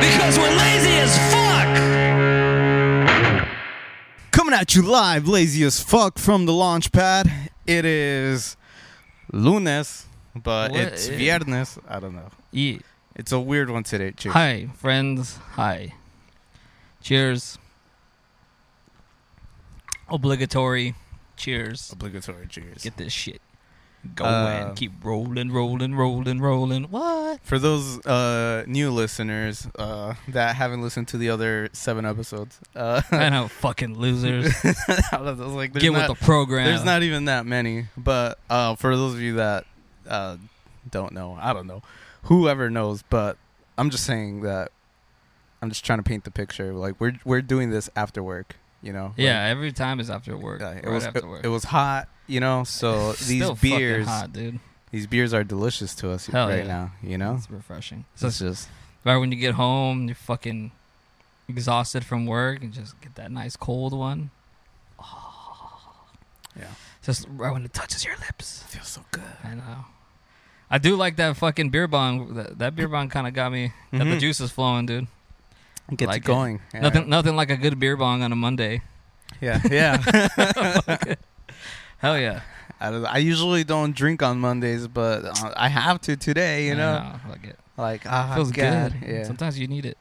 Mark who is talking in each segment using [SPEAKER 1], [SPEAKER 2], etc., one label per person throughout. [SPEAKER 1] Because we're lazy as fuck!
[SPEAKER 2] Coming at you live, lazy as fuck, from the launch pad. It is lunes, but
[SPEAKER 3] What
[SPEAKER 2] it's
[SPEAKER 3] is-
[SPEAKER 2] viernes. I don't know.
[SPEAKER 3] Yeah.
[SPEAKER 2] It's a weird one today, too.
[SPEAKER 3] Hi, friends. Hi. Cheers. Obligatory cheers.
[SPEAKER 2] Obligatory cheers.
[SPEAKER 3] Get this shit going.
[SPEAKER 2] Uh,
[SPEAKER 3] Keep rolling, rolling, rolling, rolling. What?
[SPEAKER 2] For those uh, new listeners uh, that haven't listened to the other seven episodes, uh,
[SPEAKER 3] I know, fucking losers.
[SPEAKER 2] I was like, there's
[SPEAKER 3] Get
[SPEAKER 2] not,
[SPEAKER 3] with the program.
[SPEAKER 2] There's not even that many, but uh, for those of you that uh, don't know, I don't know, whoever knows, but I'm just saying that I'm just trying to paint the picture. Like we're we're doing this after work, you know. Like,
[SPEAKER 3] yeah, every time is after work.
[SPEAKER 2] like, it
[SPEAKER 3] right
[SPEAKER 2] was
[SPEAKER 3] after
[SPEAKER 2] it-
[SPEAKER 3] work.
[SPEAKER 2] It, was hot, you know. So
[SPEAKER 3] It's
[SPEAKER 2] these
[SPEAKER 3] still
[SPEAKER 2] beers,
[SPEAKER 3] fucking hot, dude.
[SPEAKER 2] these beers are delicious to us
[SPEAKER 3] Hell
[SPEAKER 2] right
[SPEAKER 3] yeah.
[SPEAKER 2] now, you know.
[SPEAKER 3] It's refreshing. So
[SPEAKER 2] It's just
[SPEAKER 3] right when you get home, you're fucking exhausted from work, and just get that nice cold one.
[SPEAKER 2] yeah,
[SPEAKER 3] Just right when it touches your lips.
[SPEAKER 2] feels so good.
[SPEAKER 3] I know. I do like that fucking beer bong. That, that beer bong kind of got me. Got the
[SPEAKER 2] Mhm.
[SPEAKER 3] juices flowing, dude.
[SPEAKER 2] Gets
[SPEAKER 3] Like
[SPEAKER 2] it
[SPEAKER 3] it.
[SPEAKER 2] going. Yeah.
[SPEAKER 3] Nothing, nothing like a good beer bong on a Monday.
[SPEAKER 2] Yeah, yeah.
[SPEAKER 3] Hell yeah.
[SPEAKER 2] I, don't- I usually don't drink on Mondays, but uh, I have to today. You
[SPEAKER 3] I
[SPEAKER 2] know,
[SPEAKER 3] fuck it.
[SPEAKER 2] like ah,
[SPEAKER 3] Feels
[SPEAKER 2] God,
[SPEAKER 3] good.
[SPEAKER 2] Yeah.
[SPEAKER 3] Sometimes you need it.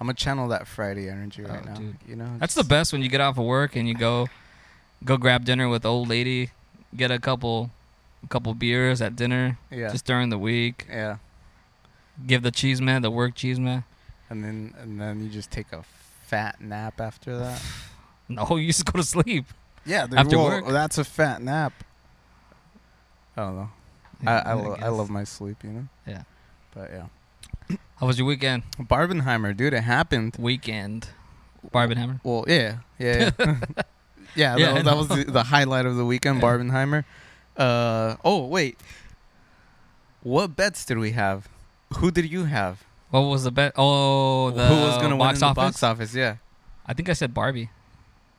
[SPEAKER 2] I'm gonna channel that Friday energy right
[SPEAKER 3] Oh,
[SPEAKER 2] now.
[SPEAKER 3] dude.
[SPEAKER 2] You know,
[SPEAKER 3] That's the
[SPEAKER 2] just-
[SPEAKER 3] best when you get off of work and you go, go grab dinner with the old lady, get a couple, a couple beers at dinner
[SPEAKER 2] Yeah,
[SPEAKER 3] just during the week.
[SPEAKER 2] yeah.
[SPEAKER 3] Give the cheese man the work cheese man.
[SPEAKER 2] And then and then you just take a fat nap after that.
[SPEAKER 3] No, you just go to sleep.
[SPEAKER 2] yeah, dude,
[SPEAKER 3] After
[SPEAKER 2] well,
[SPEAKER 3] work?
[SPEAKER 2] That's a fat nap. I don't know. I I, lo- I
[SPEAKER 3] guess.
[SPEAKER 2] love my sleep. You know.
[SPEAKER 3] Yeah.
[SPEAKER 2] But yeah,
[SPEAKER 3] How was your weekend?
[SPEAKER 2] Barbenheimer, dude. It happened.
[SPEAKER 3] Weekend, Barbenheimer.
[SPEAKER 2] Well, yeah, yeah, yeah.
[SPEAKER 3] Yeah,
[SPEAKER 2] yeah,
[SPEAKER 3] I
[SPEAKER 2] that, that was the, the highlight of the weekend,
[SPEAKER 3] Yeah.
[SPEAKER 2] Barbenheimer. Uh, oh wait, what bets did we have? Who did you have?
[SPEAKER 3] What was the bet? Oh, the
[SPEAKER 2] Who was gonna
[SPEAKER 3] box
[SPEAKER 2] win in
[SPEAKER 3] office?
[SPEAKER 2] the box office? Yeah.
[SPEAKER 3] I think I said Barbie.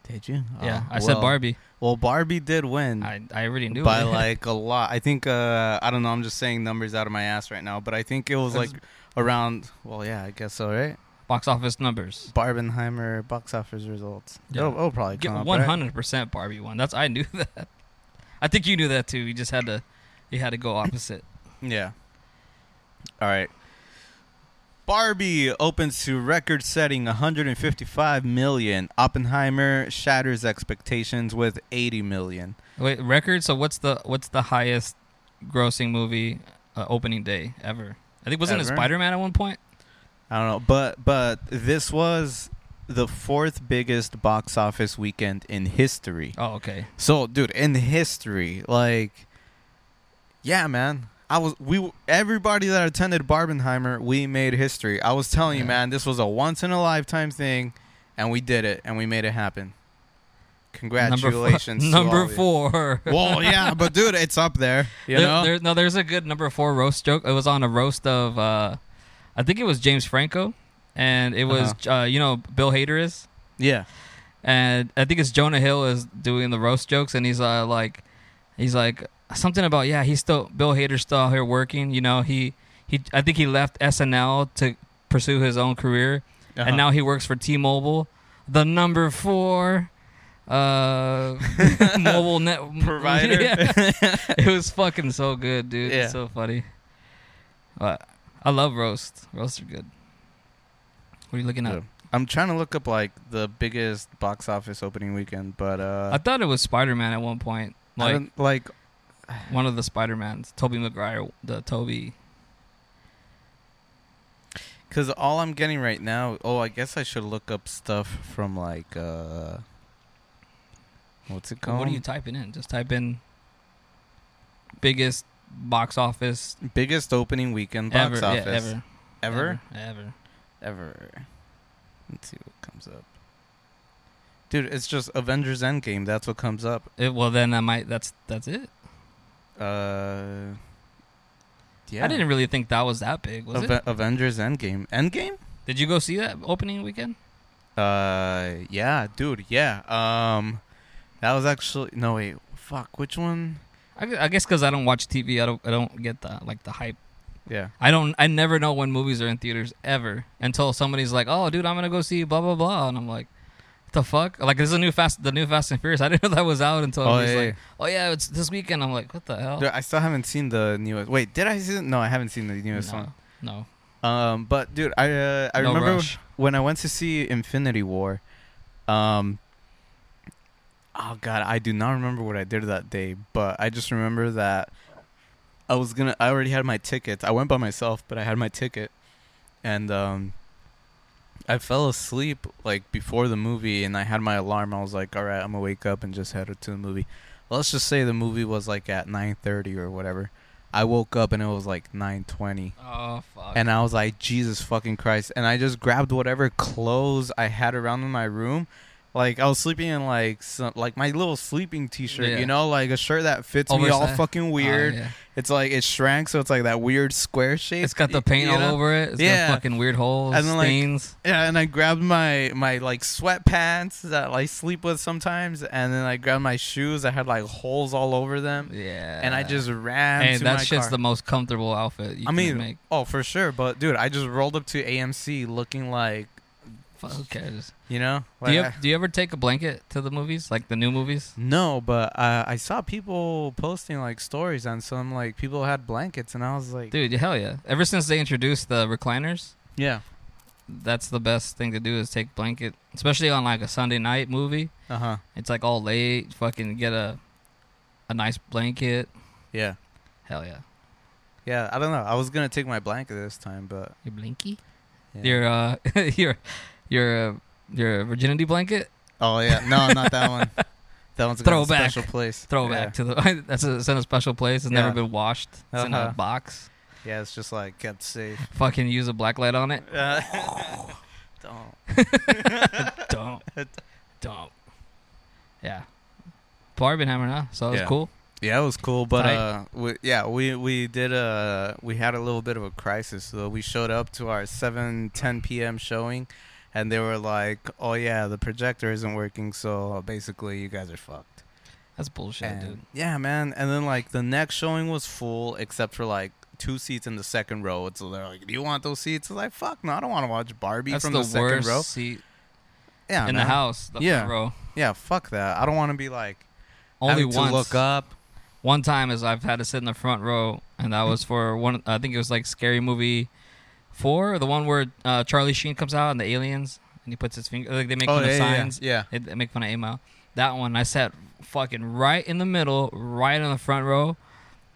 [SPEAKER 2] Did you?
[SPEAKER 3] yeah,
[SPEAKER 2] Oh,
[SPEAKER 3] I said
[SPEAKER 2] well-
[SPEAKER 3] Barbie.
[SPEAKER 2] Well, Barbie did win
[SPEAKER 3] I, I already knew.
[SPEAKER 2] by
[SPEAKER 3] it.
[SPEAKER 2] like a lot. I think uh I don't know. I'm just saying numbers out of my ass right now, but I think it was like
[SPEAKER 3] That's-
[SPEAKER 2] around. Well, yeah, I guess so, right?
[SPEAKER 3] box office numbers.
[SPEAKER 2] Barbenheimer box office results.
[SPEAKER 3] Yeah.
[SPEAKER 2] It'll, it'll probably come up, right?
[SPEAKER 3] One hundred percent Barbie won. That's I knew that. I think you knew that too. You just had to, you had to go opposite.
[SPEAKER 2] Yeah. All right. Barbie opens to record-setting 155 million. Oppenheimer shatters expectations with 80 million.
[SPEAKER 3] Wait, record. So what's the what's the highest grossing movie uh, opening day ever? I think wasn't it
[SPEAKER 2] Ever?
[SPEAKER 3] Spider Man at one point?
[SPEAKER 2] I don't know, but but this was the fourth biggest box office weekend in history.
[SPEAKER 3] Oh, okay.
[SPEAKER 2] So, dude, in history, like, yeah, man, I was we everybody that attended Barbenheimer, we made history. I was telling you,
[SPEAKER 3] Yeah.
[SPEAKER 2] man, this was a once in a lifetime thing, and we did it, and we made it happen.
[SPEAKER 3] Number fo-
[SPEAKER 2] Congratulations, to all
[SPEAKER 3] Number
[SPEAKER 2] of you.
[SPEAKER 3] four.
[SPEAKER 2] Well, yeah, but dude, it's up there. You
[SPEAKER 3] There-
[SPEAKER 2] know,
[SPEAKER 3] there- no, there's a good number four roast joke. It was on a roast of, uh, I think it was James Franco, and it was
[SPEAKER 2] Uh-huh.
[SPEAKER 3] uh you know Bill Hader is,
[SPEAKER 2] yeah,
[SPEAKER 3] and I think it's Jonah Hill is doing the roast jokes, and he's uh, like, he's like something about yeah he's still Bill Hader's still out here working. You know he he I think he left SNL to pursue his own career,
[SPEAKER 2] Uh-huh.
[SPEAKER 3] and now he works for T-Mobile, the number four uh mobile net
[SPEAKER 2] Provider.
[SPEAKER 3] Yeah. it was fucking so good, dude.
[SPEAKER 2] Yeah.
[SPEAKER 3] It's so funny. But I love roast. Roasts are good. What are you looking at?
[SPEAKER 2] Yeah. I'm trying to look up like the biggest box office opening weekend, but uh,
[SPEAKER 3] I thought it was Spider-Man at one point.
[SPEAKER 2] I
[SPEAKER 3] Like
[SPEAKER 2] don't- like
[SPEAKER 3] one of the Spider-Mans, Toby Maguire, the Toby.
[SPEAKER 2] Because all I'm getting right now, oh, I guess I should look up stuff from like, uh, what's it called?
[SPEAKER 3] What are you typing in? Just type in biggest box office
[SPEAKER 2] biggest opening weekend box
[SPEAKER 3] ever, yeah,
[SPEAKER 2] office
[SPEAKER 3] ever,
[SPEAKER 2] ever,
[SPEAKER 3] ever, ever.
[SPEAKER 2] ever. Let's see what comes up. Dude, it's just Avengers Endgame. That's what comes up.
[SPEAKER 3] It, well, then I might. That's that's it.
[SPEAKER 2] Uh, yeah.
[SPEAKER 3] I didn't really think that was that big. Was it?
[SPEAKER 2] Ave- Avengers Endgame. Endgame?
[SPEAKER 3] Did you go see that opening weekend?
[SPEAKER 2] Uh, yeah, dude. Yeah. Um, that was actually no wait. Fuck, which one?
[SPEAKER 3] I, gu- I guess because I don't watch TV, I don't I don't get the like the hype
[SPEAKER 2] Yeah.
[SPEAKER 3] I don't. I never know when movies are in theaters ever until somebody's like, "Oh, dude, I'm gonna go see blah blah blah," and I'm like, "What the fuck?" Like this is a new fast, the new Fast and Furious. I didn't know that was out until
[SPEAKER 2] Oh,
[SPEAKER 3] oh,
[SPEAKER 2] yeah,
[SPEAKER 3] like, "Oh yeah, it's this weekend." I'm like, "What the hell?"
[SPEAKER 2] Dude, I still haven't seen the newest. Wait, did I see? it? No, I haven't seen the newest
[SPEAKER 3] no,
[SPEAKER 2] one.
[SPEAKER 3] no.
[SPEAKER 2] Um, but dude, I uh, I
[SPEAKER 3] No
[SPEAKER 2] remember
[SPEAKER 3] rush.
[SPEAKER 2] when I went to see Infinity War. Um. Oh god, I do not remember what I did that day, but I just remember that I was gonna. I already had my tickets. I went by myself, but I had my ticket, and um. I fell asleep like before the movie, and I had my alarm. I was like, "All right, I'm gonna wake up and just head to the movie." Let's just say the movie was like at 9:30 or whatever. I woke up and it was like 9:20
[SPEAKER 3] Oh fuck.
[SPEAKER 2] and I was like, Jesus fucking Christ. And I just grabbed whatever clothes I had around in my room. Like I was sleeping in like some, like my little sleeping T-shirt,
[SPEAKER 3] Yeah.
[SPEAKER 2] you know, like a shirt that fits me all
[SPEAKER 3] Oversized.
[SPEAKER 2] fucking
[SPEAKER 3] Oh,
[SPEAKER 2] weird.
[SPEAKER 3] yeah.
[SPEAKER 2] It's like it shrank, so it's like that weird square shape.
[SPEAKER 3] It's got
[SPEAKER 2] y-
[SPEAKER 3] the paint
[SPEAKER 2] you
[SPEAKER 3] all
[SPEAKER 2] know?
[SPEAKER 3] over it. It's
[SPEAKER 2] Yeah.
[SPEAKER 3] got fucking weird holes,
[SPEAKER 2] And then, like,
[SPEAKER 3] stains.
[SPEAKER 2] Yeah, and I grabbed my my like sweatpants that I sleep with sometimes, and then I grabbed my shoes. I had like holes all over them,
[SPEAKER 3] yeah.
[SPEAKER 2] um, and I just ran.
[SPEAKER 3] Hey,
[SPEAKER 2] to
[SPEAKER 3] that
[SPEAKER 2] my
[SPEAKER 3] shit's
[SPEAKER 2] car.
[SPEAKER 3] the most comfortable outfit you
[SPEAKER 2] I
[SPEAKER 3] can
[SPEAKER 2] mean,
[SPEAKER 3] make.
[SPEAKER 2] oh for sure, but dude, I just rolled up to AMC looking like
[SPEAKER 3] Fuck, who cares?
[SPEAKER 2] you know.
[SPEAKER 3] do
[SPEAKER 2] Like,
[SPEAKER 3] you
[SPEAKER 2] I-
[SPEAKER 3] do you ever take a blanket to the movies, like the new movies?
[SPEAKER 2] No, but uh, I saw people posting like stories on some like people had blankets, and I was like,
[SPEAKER 3] Dude, hell yeah! Ever since they introduced the recliners,
[SPEAKER 2] yeah,
[SPEAKER 3] that's the best thing to do is take blanket, especially on like a Sunday night movie.
[SPEAKER 2] uh huh,
[SPEAKER 3] It's like all late. Fucking get a a nice blanket.
[SPEAKER 2] yeah,
[SPEAKER 3] Hell yeah!
[SPEAKER 2] yeah. I don't know. I was gonna take my blanket this time, but
[SPEAKER 3] Your blinky.
[SPEAKER 2] yeah.
[SPEAKER 3] Your uh your your uh, your virginity blanket.
[SPEAKER 2] oh yeah, no, not that one. That one's got a
[SPEAKER 3] Throwback.
[SPEAKER 2] special place.
[SPEAKER 3] Throwback to the that's a, it's in a special place. It's
[SPEAKER 2] Yeah.
[SPEAKER 3] never been washed. It's in
[SPEAKER 2] Uh-huh.
[SPEAKER 3] a box.
[SPEAKER 2] Yeah, yeah it's just like kept safe.
[SPEAKER 3] Fucking use a black light on it.
[SPEAKER 2] Uh, don't.
[SPEAKER 3] Dump. Dump. Yeah. Barbenheimer, huh? So it was
[SPEAKER 2] Yeah.
[SPEAKER 3] cool.
[SPEAKER 2] Yeah, it was cool, but
[SPEAKER 3] Tight.
[SPEAKER 2] uh, we, yeah, we we did a we had a little bit of a crisis. So we showed up to our seven ten p.m. showing, and they were like, "Oh yeah, the projector isn't working, so basically you guys are fucked."
[SPEAKER 3] That's bullshit,
[SPEAKER 2] And-
[SPEAKER 3] dude.
[SPEAKER 2] yeah, man. And then like the next showing was full except for like two seats in the second row. So they're like, "Do you want those seats?" I was like, "Fuck no, I don't want to watch Barbie
[SPEAKER 3] That's
[SPEAKER 2] from
[SPEAKER 3] the,
[SPEAKER 2] the, second
[SPEAKER 3] worst
[SPEAKER 2] row."
[SPEAKER 3] seat
[SPEAKER 2] Yeah,
[SPEAKER 3] in
[SPEAKER 2] man.
[SPEAKER 3] the house. The
[SPEAKER 2] Yeah.
[SPEAKER 3] front row.
[SPEAKER 2] Yeah, fuck that. I don't want to be like
[SPEAKER 3] Only
[SPEAKER 2] having to
[SPEAKER 3] once.
[SPEAKER 2] look up.
[SPEAKER 3] One time is I've had to sit in the front row, and that was for one. I think it was like Scary Movie Four, the one where uh, Charlie Sheen comes out and the aliens, and he puts his finger. Like they make
[SPEAKER 2] oh
[SPEAKER 3] fun
[SPEAKER 2] yeah,
[SPEAKER 3] of
[SPEAKER 2] yeah, yeah,
[SPEAKER 3] signs.
[SPEAKER 2] yeah.
[SPEAKER 3] They, they make fun of Amo. That one I sat fucking right in the middle, right in the front row.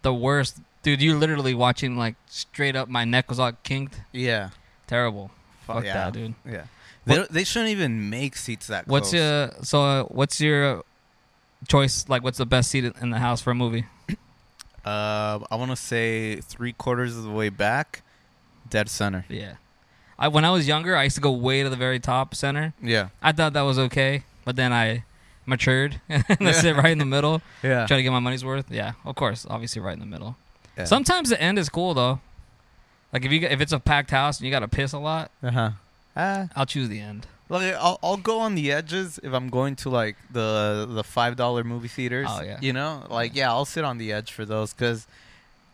[SPEAKER 3] The worst, dude. You literally watching like straight up. My neck was all kinked.
[SPEAKER 2] yeah.
[SPEAKER 3] Terrible.
[SPEAKER 2] Fu-
[SPEAKER 3] Fuck,
[SPEAKER 2] yeah.
[SPEAKER 3] that, dude.
[SPEAKER 2] Yeah. They, don't- they shouldn't even make seats that close.
[SPEAKER 3] What's your so? Uh, what's your choice? Like, what's the best seat in the house for a movie?
[SPEAKER 2] Uh, I want to say three quarters of the way back, dead center.
[SPEAKER 3] Yeah, I when I was younger, I used to go way to the very top center.
[SPEAKER 2] Yeah.
[SPEAKER 3] I thought that was okay, but then I matured and I sit right in the middle,
[SPEAKER 2] Yeah.
[SPEAKER 3] try to get my money's worth. Yeah, of course, obviously, right in the middle.
[SPEAKER 2] Yeah.
[SPEAKER 3] Sometimes the end is cool though. Like if you got- if it's a packed house and you got to piss a lot,
[SPEAKER 2] Uh-huh. Uh
[SPEAKER 3] I'll choose the end.
[SPEAKER 2] Like I'll I'll go on the edges if I'm going to like the the five dollar movie theaters.
[SPEAKER 3] Oh, yeah.
[SPEAKER 2] You know, like yeah, I'll sit on the edge for those because.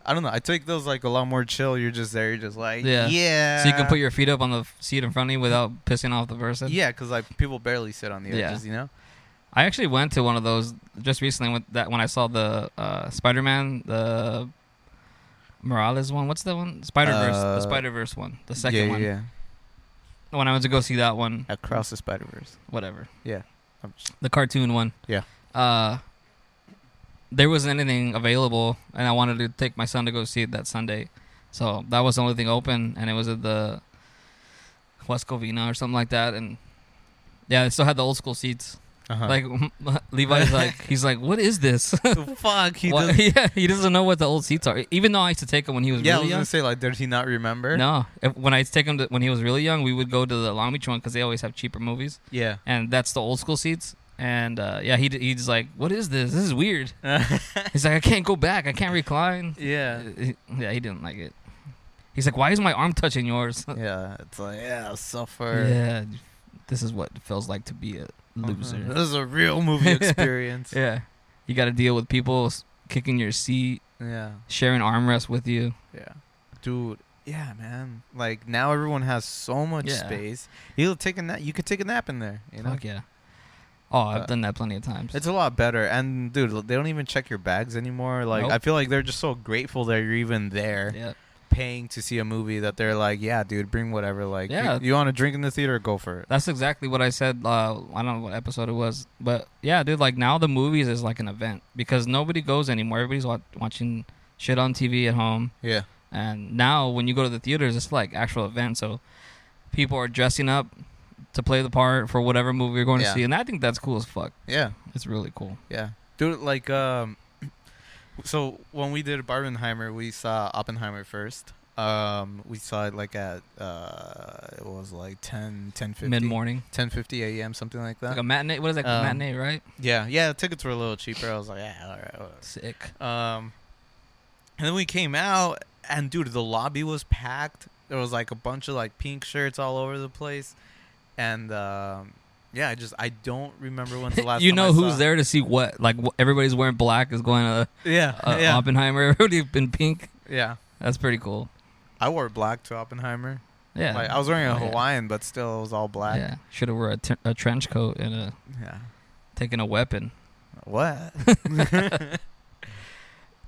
[SPEAKER 2] I don't know. I take those like a lot more chill. You're just there. You're just like, yeah.
[SPEAKER 3] Yeah. So you can put your feet up on the seat in front of you without pissing off the person.
[SPEAKER 2] yeah, because like people barely sit on the
[SPEAKER 3] Yeah.
[SPEAKER 2] edges, you know.
[SPEAKER 3] I actually went to one of those just recently with that when I saw the uh, Spider Man, the Morales one. What's that one? Spider Verse,
[SPEAKER 2] Uh,
[SPEAKER 3] the Spider Verse one, the second
[SPEAKER 2] yeah, yeah,
[SPEAKER 3] one.
[SPEAKER 2] yeah.
[SPEAKER 3] When I went to go see that one,
[SPEAKER 2] Across the Spider Verse.
[SPEAKER 3] whatever,
[SPEAKER 2] Yeah. I'm just-
[SPEAKER 3] the cartoon one.
[SPEAKER 2] Yeah.
[SPEAKER 3] Uh, there wasn't anything available, and I wanted to take my son to go see it that Sunday, so that was the only thing open, and it was at the West Covina or something like that, and yeah, they still had the old school seats.
[SPEAKER 2] uh-huh.
[SPEAKER 3] Like Levi's like he's like, what is this?
[SPEAKER 2] fuck. He
[SPEAKER 3] Well,
[SPEAKER 2] does,
[SPEAKER 3] yeah, he doesn't know what the old seats are. Even though I used to take him when he was
[SPEAKER 2] yeah, I
[SPEAKER 3] really
[SPEAKER 2] was
[SPEAKER 3] young.
[SPEAKER 2] gonna say like, did he not remember?
[SPEAKER 3] No, if, when I used to take him to, when he was really young, we would go to the Long Beach one because they always have cheaper movies,
[SPEAKER 2] Yeah.
[SPEAKER 3] and that's the old school seats. And uh, yeah, he d- he's like, "What is this? This is weird." He's like, "I can't go back. I can't recline."
[SPEAKER 2] yeah.
[SPEAKER 3] Uh, he- Yeah, he didn't like it. He's like, "Why is my arm touching yours?"
[SPEAKER 2] Yeah. It's like yeah, suffer.
[SPEAKER 3] yeah, this is what it feels like to be a
[SPEAKER 2] Uh-huh.
[SPEAKER 3] loser.
[SPEAKER 2] This is a real movie experience. yeah.
[SPEAKER 3] Yeah, you got to deal with people s- kicking your seat,
[SPEAKER 2] yeah.
[SPEAKER 3] sharing armrests with you.
[SPEAKER 2] Yeah.
[SPEAKER 4] dude,
[SPEAKER 2] Yeah, man. Like now everyone has so much
[SPEAKER 3] Yeah.
[SPEAKER 2] space. You'll take a nap. You could take a nap in there. You know,
[SPEAKER 3] Fuck yeah. Oh, I've
[SPEAKER 2] Uh,
[SPEAKER 3] done that plenty of times.
[SPEAKER 2] it's a lot better. And dude, l- they don't even check your bags anymore. Like
[SPEAKER 3] Nope.
[SPEAKER 2] I feel like they're just so grateful that you're even there,
[SPEAKER 3] yeah.
[SPEAKER 2] paying to see a movie. That they're like, yeah, dude, bring whatever. Like, you-
[SPEAKER 3] Yeah.
[SPEAKER 2] you, want to drink in the theater? Go for it.
[SPEAKER 3] That's exactly what I said. Uh, I don't know what episode it was, but yeah, dude. Like now, the movies is like an event because nobody goes anymore. Everybody's wa- watching shit on TV at home,
[SPEAKER 2] Yeah.
[SPEAKER 3] and now when you go to the theaters, it's like actual event. So people are dressing up to play the part for whatever movie you're going
[SPEAKER 2] Yeah.
[SPEAKER 3] to see, and I think that's cool as fuck.
[SPEAKER 2] Yeah.
[SPEAKER 3] It's really cool.
[SPEAKER 2] Yeah, dude. Like, um, so when we did Barbenheimer, we saw Oppenheimer first. Um, we saw it like at uh, it was like 10, 10
[SPEAKER 3] Mid morning,
[SPEAKER 2] 10:50 a.m. something like that.
[SPEAKER 3] like a matinee. What is that?
[SPEAKER 2] Um,
[SPEAKER 3] matinee, right?
[SPEAKER 2] yeah, yeah. Tickets were a little cheaper. I was like, yeah, all right. whatever."
[SPEAKER 3] Sick.
[SPEAKER 2] Um, and then we came out, and dude, the lobby was packed. There was like a bunch of like pink shirts all over the place, and um, yeah, I just I don't remember when the last.
[SPEAKER 3] you
[SPEAKER 2] time
[SPEAKER 3] know
[SPEAKER 2] I
[SPEAKER 3] who's
[SPEAKER 2] saw-
[SPEAKER 3] there to see what? Like wh- everybody's wearing black is going to
[SPEAKER 2] Yeah,
[SPEAKER 3] uh,
[SPEAKER 2] yeah,
[SPEAKER 3] Oppenheimer. Everybody in pink.
[SPEAKER 2] yeah.
[SPEAKER 3] That's pretty cool.
[SPEAKER 2] I wore black to Oppenheimer.
[SPEAKER 3] Yeah.
[SPEAKER 2] Like I was wearing a
[SPEAKER 3] Oh, yeah.
[SPEAKER 2] Hawaiian, but still it was all black. Yeah.
[SPEAKER 3] Yeah, should have wore a, t- a trench coat and a taking a weapon.
[SPEAKER 2] What?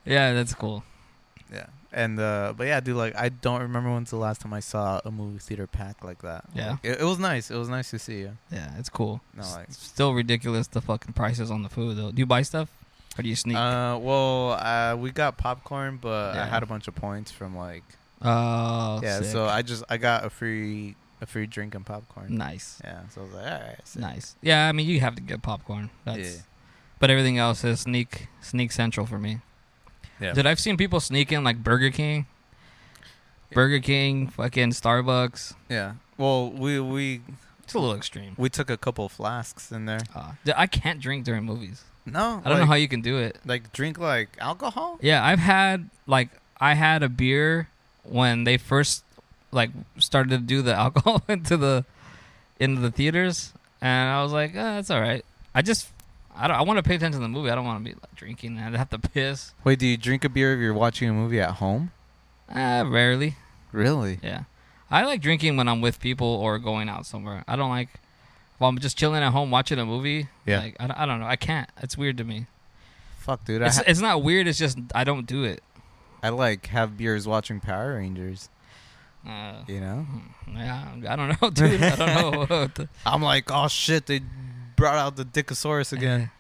[SPEAKER 3] Yeah, that's cool.
[SPEAKER 2] yeah. And uh but yeah, dude, like I don't remember when's the last time I saw a movie theater packed like that.
[SPEAKER 3] Yeah.
[SPEAKER 2] Like, it, it was nice. It was nice to see you.
[SPEAKER 3] Yeah, it's cool.
[SPEAKER 2] No,
[SPEAKER 3] S-
[SPEAKER 2] like-
[SPEAKER 3] still ridiculous the fucking prices on the food though. Do you buy stuff or do you sneak? Uh,
[SPEAKER 2] Uh well, uh we got popcorn, but I
[SPEAKER 3] Yeah.
[SPEAKER 2] had a bunch of points from like Yeah,
[SPEAKER 3] Oh, sick.
[SPEAKER 2] so I just I got a free a free drink and popcorn.
[SPEAKER 3] nice,
[SPEAKER 2] Yeah. So I was like, all right. sick."
[SPEAKER 3] nice. Yeah, I mean you have to get popcorn. That's
[SPEAKER 2] Yeah.
[SPEAKER 3] but everything else is sneak sneak central for me.
[SPEAKER 2] Yeah.
[SPEAKER 3] Dude, I've seen people sneak in like Burger King, Burger King, fucking Starbucks.
[SPEAKER 2] Yeah. Well, we we
[SPEAKER 3] It's a little extreme.
[SPEAKER 2] we took a couple flasks in there.
[SPEAKER 3] Uh, dude, I can't drink during movies.
[SPEAKER 2] No.
[SPEAKER 3] I don't know
[SPEAKER 2] like-
[SPEAKER 3] how you can do it.
[SPEAKER 2] like drink like alcohol?
[SPEAKER 3] Yeah, I've had like I had a beer when they first like started to do the alcohol into the into the theaters, and I was like, oh, that's all right. I just I don't I want to pay attention to the movie. I don't want to be like, drinking. and have to piss.
[SPEAKER 2] Wait, do you drink a beer if you're watching a movie at home?
[SPEAKER 3] Uh, rarely,
[SPEAKER 2] Really?
[SPEAKER 3] yeah. I like drinking when I'm with people or going out somewhere. I don't like if I'm just chilling at home watching a movie.
[SPEAKER 2] Yeah.
[SPEAKER 3] like I, don't- I don't know. I can't. It's weird to me.
[SPEAKER 2] Fuck, dude. I,
[SPEAKER 3] It's,
[SPEAKER 2] ha-
[SPEAKER 3] it's not weird. It's just I don't do it.
[SPEAKER 2] I like have beers watching Power Rangers.
[SPEAKER 3] Uh,
[SPEAKER 2] You know,
[SPEAKER 3] yeah, I don't know, dude. I don't know. What the-
[SPEAKER 2] I'm like, oh shit, they brought out the Dickosaurus again.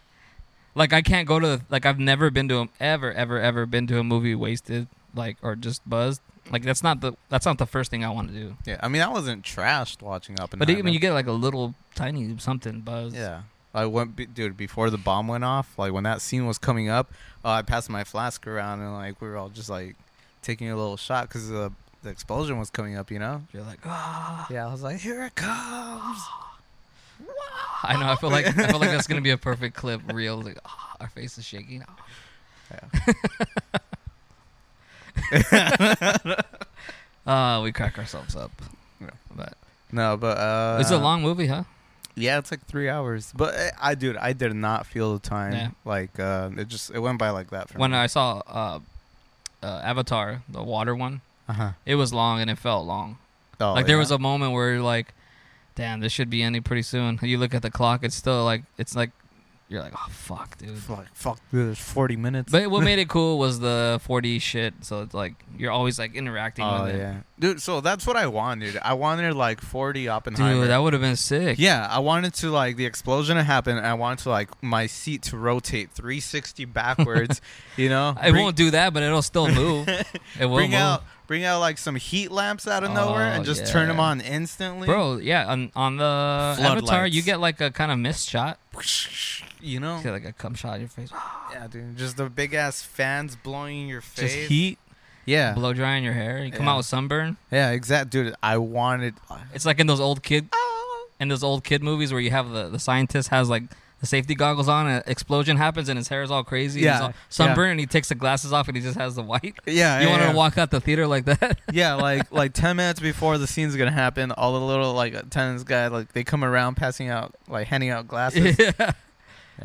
[SPEAKER 3] Like I can't go to the, like I've never been to a, ever ever ever been to a movie wasted like or just buzzed. Like that's not the that's not the first thing I want to do.
[SPEAKER 2] yeah, I mean, I wasn't trashed watching Oppenheimer.
[SPEAKER 3] But even you get like a little tiny something buzz.
[SPEAKER 2] yeah. I went, be- dude. Before the bomb went off, like when that scene was coming up, uh, I passed my flask around and like we were all just like taking a little shot because the the explosion was coming up, you know.
[SPEAKER 3] You're like, ah.
[SPEAKER 2] Yeah, I was like, here it comes.
[SPEAKER 3] I know. I feel like I feel like that's gonna be a perfect clip. Real, like ah, our face is shaking. Ah. uh, we crack ourselves up.
[SPEAKER 2] Yeah.
[SPEAKER 3] But
[SPEAKER 2] No, but uh,
[SPEAKER 3] it's a long movie, huh?
[SPEAKER 2] Yeah, it's like three hours. But I, I dude, I did not feel the time.
[SPEAKER 3] Yeah.
[SPEAKER 2] Like uh, it just it went by like that for
[SPEAKER 3] When
[SPEAKER 2] me.
[SPEAKER 3] I saw uh, uh, Avatar, the water one,
[SPEAKER 2] uh-huh.
[SPEAKER 3] it was long and it felt long.
[SPEAKER 2] oh,
[SPEAKER 3] like there
[SPEAKER 2] yeah?
[SPEAKER 3] was a moment where you're like, damn, this should be ending pretty soon. You look at the clock, it's still like it's like you're like, oh fuck, dude.
[SPEAKER 2] It's like fuck, dude, there's forty minutes.
[SPEAKER 3] But what made it cool was the 4D shit. So it's like you're always like interacting
[SPEAKER 2] oh
[SPEAKER 3] with it.
[SPEAKER 2] yeah, dude. So that's what I wanted. I wanted like forty Oppenheimer.
[SPEAKER 3] Dude, that would have been sick.
[SPEAKER 2] yeah, I wanted to like the explosion to happen. And I wanted to like my seat to rotate 360 backwards. you know,
[SPEAKER 3] It won't do that, but it'll still move. it will
[SPEAKER 2] bring
[SPEAKER 3] move.
[SPEAKER 2] out bring out like some heat lamps out of nowhere
[SPEAKER 3] Oh,
[SPEAKER 2] and just turn them
[SPEAKER 3] yeah.
[SPEAKER 2] on instantly.
[SPEAKER 3] Bro, yeah, on, on the Avatar,
[SPEAKER 2] Floodlights. Oh.
[SPEAKER 3] you get like a kind of mist shot.
[SPEAKER 2] you
[SPEAKER 3] You
[SPEAKER 2] know,
[SPEAKER 3] get like a cum shot in your face. Oh,
[SPEAKER 2] yeah, dude, just the big ass fans blowing in your face.
[SPEAKER 3] Just heat,
[SPEAKER 2] Yeah.
[SPEAKER 3] blow drying your hair. You come
[SPEAKER 2] Yeah.
[SPEAKER 3] out with sunburn.
[SPEAKER 2] Yeah, exact, dude. I wanted. uh,
[SPEAKER 3] It's like in those old kid in those old kid movies where you have the, the scientist has like the safety goggles on, an explosion happens, and his hair is all crazy.
[SPEAKER 2] Yeah,
[SPEAKER 3] and he's all
[SPEAKER 2] yeah.
[SPEAKER 3] sunburn, and he takes the glasses off, and he just has the white.
[SPEAKER 2] Yeah,
[SPEAKER 3] You
[SPEAKER 2] yeah,
[SPEAKER 3] want
[SPEAKER 2] yeah.
[SPEAKER 3] to walk out the theater like that?
[SPEAKER 2] Yeah, like like ten minutes before the scene's gonna happen, all the little like attendants guy like they come around passing out like handing out glasses.
[SPEAKER 3] yeah.
[SPEAKER 2] They're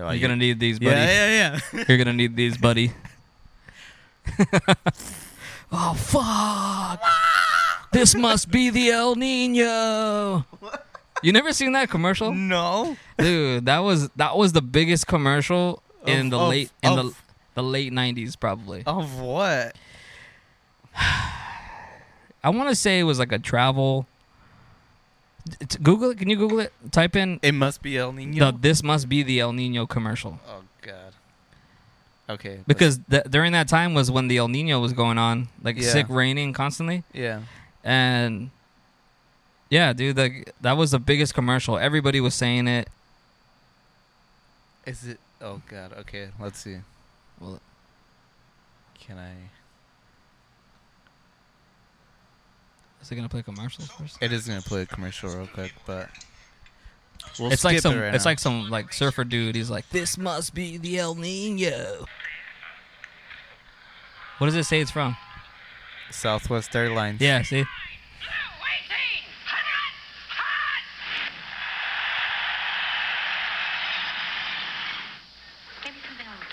[SPEAKER 3] You're
[SPEAKER 2] like,
[SPEAKER 3] gonna need these, buddy.
[SPEAKER 2] yeah, yeah, yeah.
[SPEAKER 3] You're gonna need these, buddy. "Oh fuck, this must be the El Nino." You never seen that commercial,
[SPEAKER 2] No.
[SPEAKER 3] dude? That was that was the biggest commercial in
[SPEAKER 2] Of-
[SPEAKER 3] the
[SPEAKER 2] of-
[SPEAKER 3] late in the
[SPEAKER 2] of-
[SPEAKER 3] the late '90s, probably.
[SPEAKER 2] Of what?
[SPEAKER 3] I want to say it was like a travel. T- Google it. Can you Google it? Type in
[SPEAKER 2] It must be El Nino.
[SPEAKER 3] the "This must be the El Nino" commercial.
[SPEAKER 2] oh god. Okay. that's-
[SPEAKER 3] because th- during that time was when the El Nino was going on, like
[SPEAKER 2] Yeah.
[SPEAKER 3] sick raining constantly,
[SPEAKER 2] yeah.
[SPEAKER 3] and yeah, dude, like that was the biggest commercial. Everybody was saying it.
[SPEAKER 2] Is it? Oh god. Okay. Let's see.
[SPEAKER 3] Well-
[SPEAKER 2] Can I?
[SPEAKER 3] Is it gonna play commercials first?
[SPEAKER 2] It is gonna play a commercial real quick, but we'll
[SPEAKER 3] it's like
[SPEAKER 2] skip
[SPEAKER 3] some,
[SPEAKER 2] It right
[SPEAKER 3] it's
[SPEAKER 2] now.
[SPEAKER 3] like some like surfer dude. He's like, this must be the El Nino. What does it say it's from?
[SPEAKER 2] Southwest Airlines.
[SPEAKER 3] Yeah, see,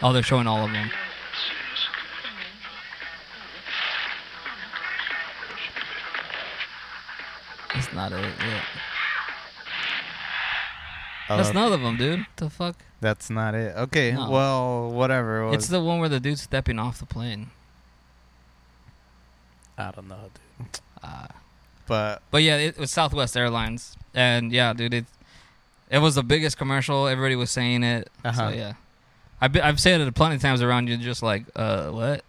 [SPEAKER 3] oh, they're showing all of them. That's not it. Yeah.
[SPEAKER 2] Oh,
[SPEAKER 3] That's none of them, dude. The fuck.
[SPEAKER 2] That's not it. Okay.
[SPEAKER 3] No.
[SPEAKER 2] Well, whatever. It was.
[SPEAKER 3] It's the one where the dude's stepping off the plane.
[SPEAKER 2] I don't know, dude.
[SPEAKER 3] Uh,
[SPEAKER 2] But
[SPEAKER 3] but yeah, it was Southwest Airlines, and yeah, dude, it it was the biggest commercial. Everybody was saying it.
[SPEAKER 2] Uh-huh.
[SPEAKER 3] So yeah, I've been, I've said it plenty of times around you, just like uh, what?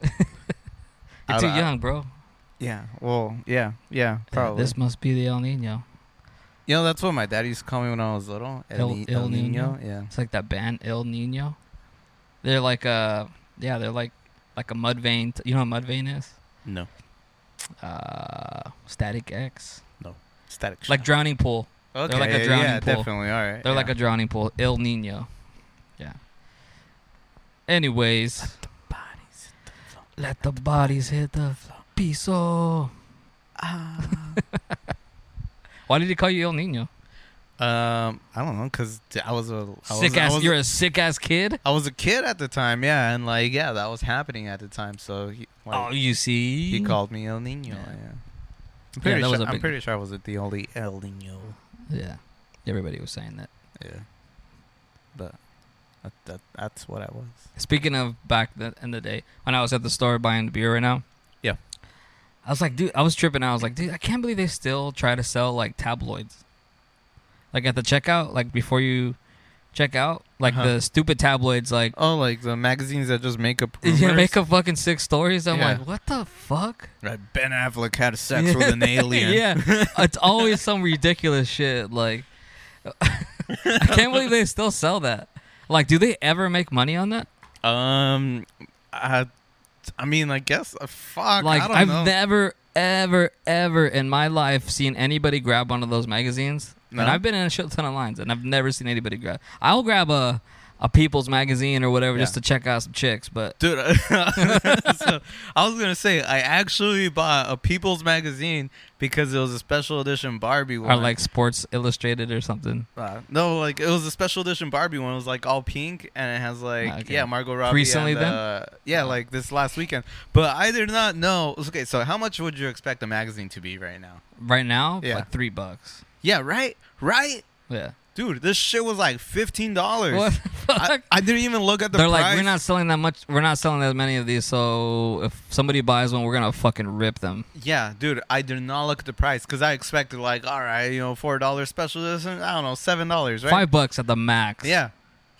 [SPEAKER 3] You're
[SPEAKER 2] I
[SPEAKER 3] too
[SPEAKER 2] don't- I-
[SPEAKER 3] young, bro.
[SPEAKER 2] yeah. Well, yeah,
[SPEAKER 3] Yeah,
[SPEAKER 2] yeah, probably.
[SPEAKER 3] this must be the El Nino.
[SPEAKER 2] you know, that's what my dad used to call me when I was little.
[SPEAKER 3] El-
[SPEAKER 2] Ni-
[SPEAKER 3] El Nino?
[SPEAKER 2] Yeah.
[SPEAKER 3] It's like that band El Nino. They're like uh yeah, they're like like a Mudvayne. T- you know what Mudvayne is?
[SPEAKER 2] No.
[SPEAKER 3] Uh, Static X.
[SPEAKER 2] Static.
[SPEAKER 3] Like Drowning Pool.
[SPEAKER 2] Okay.
[SPEAKER 3] like a
[SPEAKER 2] yeah,
[SPEAKER 3] drowning
[SPEAKER 2] yeah,
[SPEAKER 3] pool.
[SPEAKER 2] definitely. All right.
[SPEAKER 3] They're like
[SPEAKER 2] yeah.
[SPEAKER 3] a drowning pool. El Nino. Yeah. Anyways. Let the bodies hit the piso. Why did he call you El Nino?
[SPEAKER 2] Um, I don't know, cause d- I was a I was,
[SPEAKER 3] Sick
[SPEAKER 2] I
[SPEAKER 3] ass.
[SPEAKER 2] was-
[SPEAKER 3] you're a sick ass kid.
[SPEAKER 2] I was a kid at the time, yeah, and like yeah, that was happening at the time. So he, like,
[SPEAKER 3] oh, you see.
[SPEAKER 2] he called me El Nino. Yeah,
[SPEAKER 3] Yeah.
[SPEAKER 2] I'm pretty
[SPEAKER 3] that was
[SPEAKER 2] sure.
[SPEAKER 3] a
[SPEAKER 2] I'm
[SPEAKER 3] big-
[SPEAKER 2] pretty sure I wasn't the only El Nino.
[SPEAKER 3] Yeah. Everybody was saying that.
[SPEAKER 2] Yeah, but that, that that's what I was.
[SPEAKER 3] Speaking of back the, in the day, when I was at the store buying the beer right now.
[SPEAKER 2] Yeah.
[SPEAKER 3] I was like, dude, I was tripping. I was like, dude, I can't believe they still try to sell like tabloids. Like at the checkout, like before you check out, like
[SPEAKER 2] Uh-huh.
[SPEAKER 3] the stupid tabloids, like,
[SPEAKER 2] Oh, like the magazines that just make up.
[SPEAKER 3] you
[SPEAKER 2] rumors?
[SPEAKER 3] make up fucking six stories. I'm
[SPEAKER 2] Oh, Yeah.
[SPEAKER 3] like, what the fuck?
[SPEAKER 2] Right, Ben Affleck had sex with an alien.
[SPEAKER 3] yeah. It's always some ridiculous shit. Like, I can't believe they still sell that. Like, do they ever make money on that?
[SPEAKER 2] Um, I, I mean, I guess uh, fuck.
[SPEAKER 3] like
[SPEAKER 2] I don't
[SPEAKER 3] I've
[SPEAKER 2] know.
[SPEAKER 3] never ever ever in my life seen anybody grab one of those magazines.
[SPEAKER 2] No?
[SPEAKER 3] And I've been in a shit ton of lines and I've never seen anybody grab. I'll grab a a People's magazine or whatever just to
[SPEAKER 2] Yeah.
[SPEAKER 3] check out some chicks, but
[SPEAKER 2] Dude, so, I was gonna say I actually bought a People's magazine because it was a special edition Barbie one.
[SPEAKER 3] or like Sports Illustrated or something.
[SPEAKER 2] Uh, no, like it was a special edition Barbie one. It was like all pink and it has like
[SPEAKER 3] Ah, Okay.
[SPEAKER 2] yeah Margot Robbie.
[SPEAKER 3] Recently
[SPEAKER 2] and,
[SPEAKER 3] then? Oh.
[SPEAKER 2] uh, yeah, like this last weekend. But I did not know. Okay, so how much would you expect a magazine to be right now?
[SPEAKER 3] Right now,
[SPEAKER 2] Yeah.
[SPEAKER 3] like 3 bucks.
[SPEAKER 2] Yeah, right, right,
[SPEAKER 3] Yeah.
[SPEAKER 2] dude. This shit was like fifteen
[SPEAKER 3] What
[SPEAKER 2] dollars.
[SPEAKER 3] the fuck?
[SPEAKER 2] I, I didn't even look at the
[SPEAKER 3] They're
[SPEAKER 2] price.
[SPEAKER 3] like we're not selling that much. We're not selling that many of these, so if somebody buys one, we're going to fucking rip them.
[SPEAKER 2] Yeah, dude, I did not look at the price because I expected like, all right, you know, four dollars special edition. I don't know, seven dollars, right?
[SPEAKER 3] 5 bucks at the max.
[SPEAKER 2] Yeah.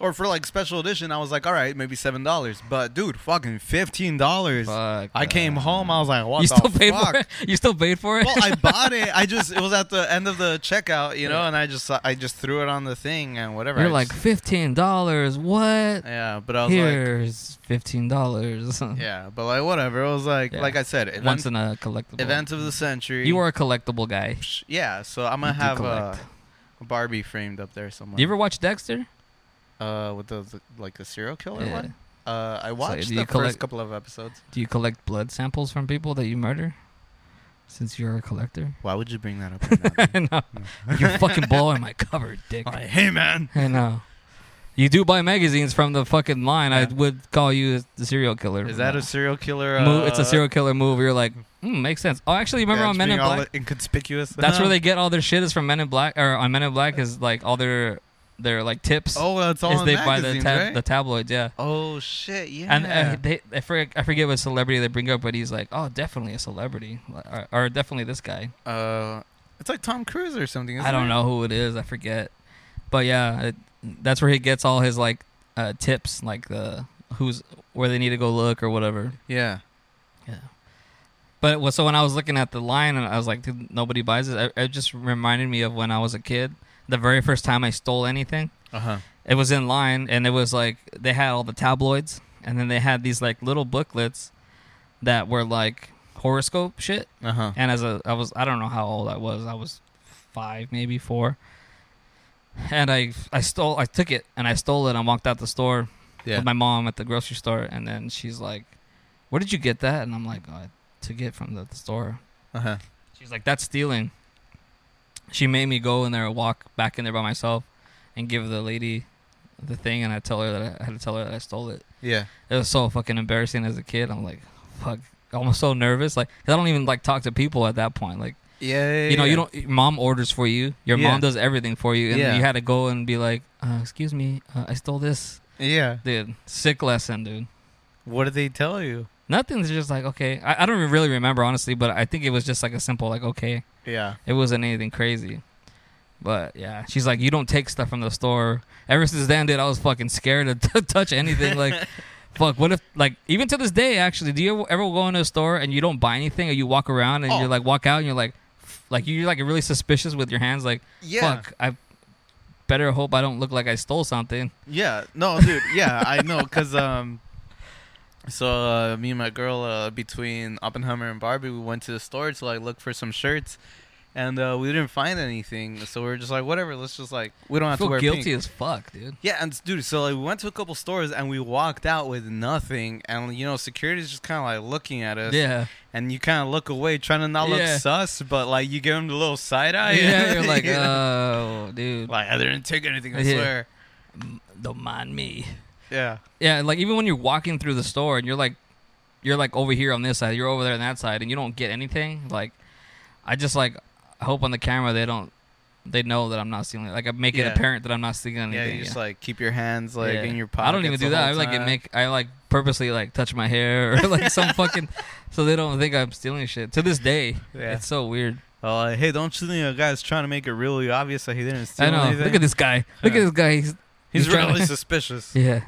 [SPEAKER 2] Or for like special edition, I was like, all right, maybe seven dollars. But dude, fucking fifteen dollars.
[SPEAKER 3] Fuck
[SPEAKER 2] I came
[SPEAKER 3] that.
[SPEAKER 2] home, I was like, what
[SPEAKER 3] you
[SPEAKER 2] the
[SPEAKER 3] still paid
[SPEAKER 2] fuck?
[SPEAKER 3] for it? You still paid for it?
[SPEAKER 2] well, I bought it. I just it was at the end of the checkout, you know, and I just I just threw it on the thing and whatever.
[SPEAKER 3] You're
[SPEAKER 2] I
[SPEAKER 3] like
[SPEAKER 2] just-
[SPEAKER 3] fifteen dollars. What?
[SPEAKER 2] yeah, but I was
[SPEAKER 3] Here's fifteen dollars.
[SPEAKER 2] like, yeah, but like whatever. It was like,
[SPEAKER 3] Yeah.
[SPEAKER 2] like I said,
[SPEAKER 3] Once
[SPEAKER 2] event,
[SPEAKER 3] in a collectible.
[SPEAKER 2] event of the century.
[SPEAKER 3] You are a collectible guy.
[SPEAKER 2] yeah. So I'm
[SPEAKER 3] You
[SPEAKER 2] gonna
[SPEAKER 3] do
[SPEAKER 2] have uh,
[SPEAKER 3] collect.
[SPEAKER 2] a Barbie framed up there somewhere.
[SPEAKER 3] You ever watch Dexter?
[SPEAKER 2] Uh, with the the- like the serial killer
[SPEAKER 3] Yeah.
[SPEAKER 2] one. Uh, I watched
[SPEAKER 3] do you
[SPEAKER 2] the first
[SPEAKER 3] collect-
[SPEAKER 2] couple of episodes.
[SPEAKER 3] Do you collect blood samples from people that you murder? Since you're a collector.
[SPEAKER 2] Why would you bring that up? Right now,
[SPEAKER 3] I know. You're fucking blowing my cover, dick.
[SPEAKER 2] like, hey man,
[SPEAKER 3] I know. You do buy magazines from the fucking line. I
[SPEAKER 2] Yeah.
[SPEAKER 3] would call you the serial killer.
[SPEAKER 2] Is that a serial killer?
[SPEAKER 3] Mo- it's a
[SPEAKER 2] uh,
[SPEAKER 3] serial killer move. You're like, hmm, makes sense. Oh, actually, remember
[SPEAKER 2] yeah,
[SPEAKER 3] on
[SPEAKER 2] just
[SPEAKER 3] Men in
[SPEAKER 2] being all
[SPEAKER 3] Black?
[SPEAKER 2] Inconspicuous.
[SPEAKER 3] That's where they get all their shit is from Men in Black, or on Men in Black is like all their their like tips.
[SPEAKER 2] Oh, that's all
[SPEAKER 3] is
[SPEAKER 2] in
[SPEAKER 3] they buy the
[SPEAKER 2] magazines,
[SPEAKER 3] tab-
[SPEAKER 2] right?
[SPEAKER 3] the tabloids, yeah.
[SPEAKER 2] oh shit! Yeah.
[SPEAKER 3] And uh, they, I forget I forget what celebrity they bring up, but he's like, oh, definitely a celebrity, or, or definitely this guy.
[SPEAKER 2] uh, it's like Tom Cruise or something. Isn't
[SPEAKER 3] I
[SPEAKER 2] it?
[SPEAKER 3] don't know who it is. I forget. But yeah, it, that's where he gets all his like uh, tips, like the who's where they need to go look or whatever.
[SPEAKER 2] Yeah.
[SPEAKER 3] Yeah. But well, so when I was looking at the line and I was like, dude, nobody buys it. It just reminded me of when I was a kid. The very first time I stole anything,
[SPEAKER 2] Uh huh.
[SPEAKER 3] it was in line and it was like they had all the tabloids and then they had these like little booklets that were like horoscope shit.
[SPEAKER 2] Uh huh.
[SPEAKER 3] And as a, I was, I don't know how old I was. I was five, maybe four. And I, I stole, I took it and I stole it and walked out the store
[SPEAKER 2] Yeah.
[SPEAKER 3] with my mom at the grocery store. And then she's like, "Where did you get that?" And I'm like, oh, "I took it from the, the store."
[SPEAKER 2] Uh huh.
[SPEAKER 3] She's like, "That's stealing." She made me go in there and walk back in there by myself and give the lady the thing. And I tell her that I, I had to tell her that I stole it.
[SPEAKER 2] Yeah.
[SPEAKER 3] It was so fucking embarrassing as a kid. I'm like, fuck. I'm so nervous. Like, 'cause I don't even like talk to people at that point. Like
[SPEAKER 2] Yeah. yeah,
[SPEAKER 3] you know,
[SPEAKER 2] yeah.
[SPEAKER 3] you don't. your Mom orders for you. Your
[SPEAKER 2] Yeah.
[SPEAKER 3] mom does everything for you, and
[SPEAKER 2] Yeah.
[SPEAKER 3] you had to go and be like, uh, "Excuse me, uh, I stole this,
[SPEAKER 2] Yeah.
[SPEAKER 3] dude." Sick lesson, dude.
[SPEAKER 2] What did they tell you?
[SPEAKER 3] Nothing's just like okay. I, I don't even really remember honestly, but I think it was just like a simple like okay.
[SPEAKER 2] Yeah.
[SPEAKER 3] It wasn't anything crazy, but yeah, she's like, "You don't take stuff from the store." Ever since then, dude, I was fucking scared to t- touch anything. Like, fuck, what if like even to this day, actually, do you ever go into a store and you don't buy anything, or you walk around and
[SPEAKER 2] Oh.
[SPEAKER 3] you're like walk out and you're like, f- like you're like really suspicious with your hands, like.
[SPEAKER 2] Yeah.
[SPEAKER 3] fuck, I better hope I don't look like I stole something.
[SPEAKER 2] Yeah. No, dude. Yeah, I know. Cause um, so uh, me and my girl uh, between Oppenheimer and Barbie, we went to the store to like look for some shirts, and uh, we didn't find anything. So we are just like, whatever. Let's just like we don't
[SPEAKER 3] I
[SPEAKER 2] have to
[SPEAKER 3] feel
[SPEAKER 2] wear
[SPEAKER 3] guilty
[SPEAKER 2] pink.
[SPEAKER 3] as fuck, dude.
[SPEAKER 2] Yeah, and s- dude, so like we went to a couple stores and we walked out with nothing, and you know security's just kind of like looking at us.
[SPEAKER 3] Yeah,
[SPEAKER 2] And you kind of look away, trying to not look
[SPEAKER 3] Yeah.
[SPEAKER 2] sus, but like you give them the little side eye.
[SPEAKER 3] yeah. You're like,
[SPEAKER 2] You know?
[SPEAKER 3] oh, dude,
[SPEAKER 2] like I didn't take anything. I
[SPEAKER 3] Yeah.
[SPEAKER 2] swear.
[SPEAKER 3] don't mind me.
[SPEAKER 2] Yeah.
[SPEAKER 3] Yeah, like even when you're walking through the store and you're like, you're like over here on this side, you're over there on that side, and you don't get anything. Like, I just like hope on the camera they don't, they know that I'm not stealing. Like I make it
[SPEAKER 2] Yeah.
[SPEAKER 3] apparent that I'm not stealing
[SPEAKER 2] Yeah,
[SPEAKER 3] anything.
[SPEAKER 2] you just like keep your hands like
[SPEAKER 3] Yeah.
[SPEAKER 2] in your pocket.
[SPEAKER 3] I don't even do that. I like it make I like purposely like touch my hair or like some fucking so they don't think I'm stealing shit. To this day,
[SPEAKER 2] Yeah.
[SPEAKER 3] it's so weird.
[SPEAKER 2] Uh, hey, don't you think a guy's trying to make it really obvious that he didn't steal
[SPEAKER 3] I know.
[SPEAKER 2] anything?
[SPEAKER 3] Look at this guy. Look
[SPEAKER 2] Yeah.
[SPEAKER 3] at this guy. He's
[SPEAKER 2] He's,
[SPEAKER 3] he's trying
[SPEAKER 2] really
[SPEAKER 3] to-
[SPEAKER 2] suspicious.
[SPEAKER 3] yeah.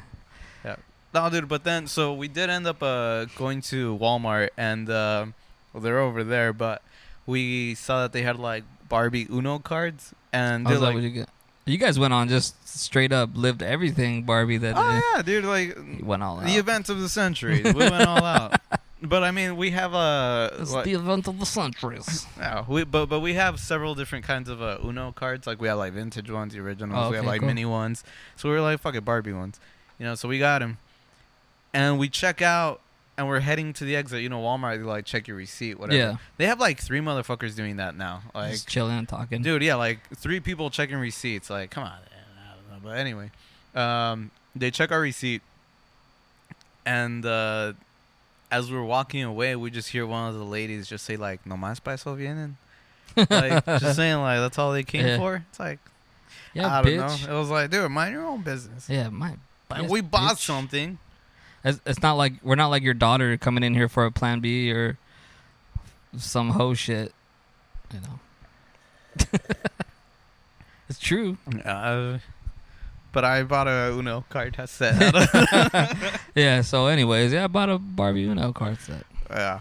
[SPEAKER 2] No, dude. But then, so we did end up uh, going to Walmart, and uh, well, they're over there. But we saw that they had like Barbie Uno cards, and
[SPEAKER 3] I
[SPEAKER 2] they're
[SPEAKER 3] was like,
[SPEAKER 2] like,
[SPEAKER 3] what you get? You guys went on just straight up lived everything Barbie that day.
[SPEAKER 2] "Oh yeah, dude! Like
[SPEAKER 3] You went all out.
[SPEAKER 2] the events of the century. we went all out." But I mean, we have uh, a
[SPEAKER 3] It's
[SPEAKER 2] like-
[SPEAKER 3] the event of the centuries.
[SPEAKER 2] Yeah, we but but we have several different kinds of uh, Uno cards. Like we have like vintage ones, the originals.
[SPEAKER 3] Oh,
[SPEAKER 2] we have
[SPEAKER 3] okay,
[SPEAKER 2] like
[SPEAKER 3] cool.
[SPEAKER 2] mini ones. So we were like fucking Barbie ones, you know. So we got them, and we check out, and we're heading to the exit. You know, Walmart they like check your receipt, whatever.
[SPEAKER 3] Yeah.
[SPEAKER 2] They have like three motherfuckers doing that now. Like,
[SPEAKER 3] just chilling and talking.
[SPEAKER 2] dude, yeah, like three people checking receipts. Like, come on, man, I don't know. But anyway, um, they check our receipt, and uh, as we're walking away, we just hear one of the ladies just say like, "No más para eso vienen." like just saying like that's all they came
[SPEAKER 3] Yeah.
[SPEAKER 2] for. It's like
[SPEAKER 3] yeah,
[SPEAKER 2] I don't
[SPEAKER 3] bitch.
[SPEAKER 2] know. It was like, dude, mind your own business.
[SPEAKER 3] Yeah, my.
[SPEAKER 2] Like,
[SPEAKER 3] bias,
[SPEAKER 2] we bought
[SPEAKER 3] bitch.
[SPEAKER 2] something.
[SPEAKER 3] It's, it's not like we're not like your daughter coming in here for a plan B or some hoe shit. You know. it's true.
[SPEAKER 2] Uh, but I bought a Uno card set.
[SPEAKER 3] Yeah. So, anyways, yeah, I bought a Barbie Uno card set.
[SPEAKER 2] Yeah.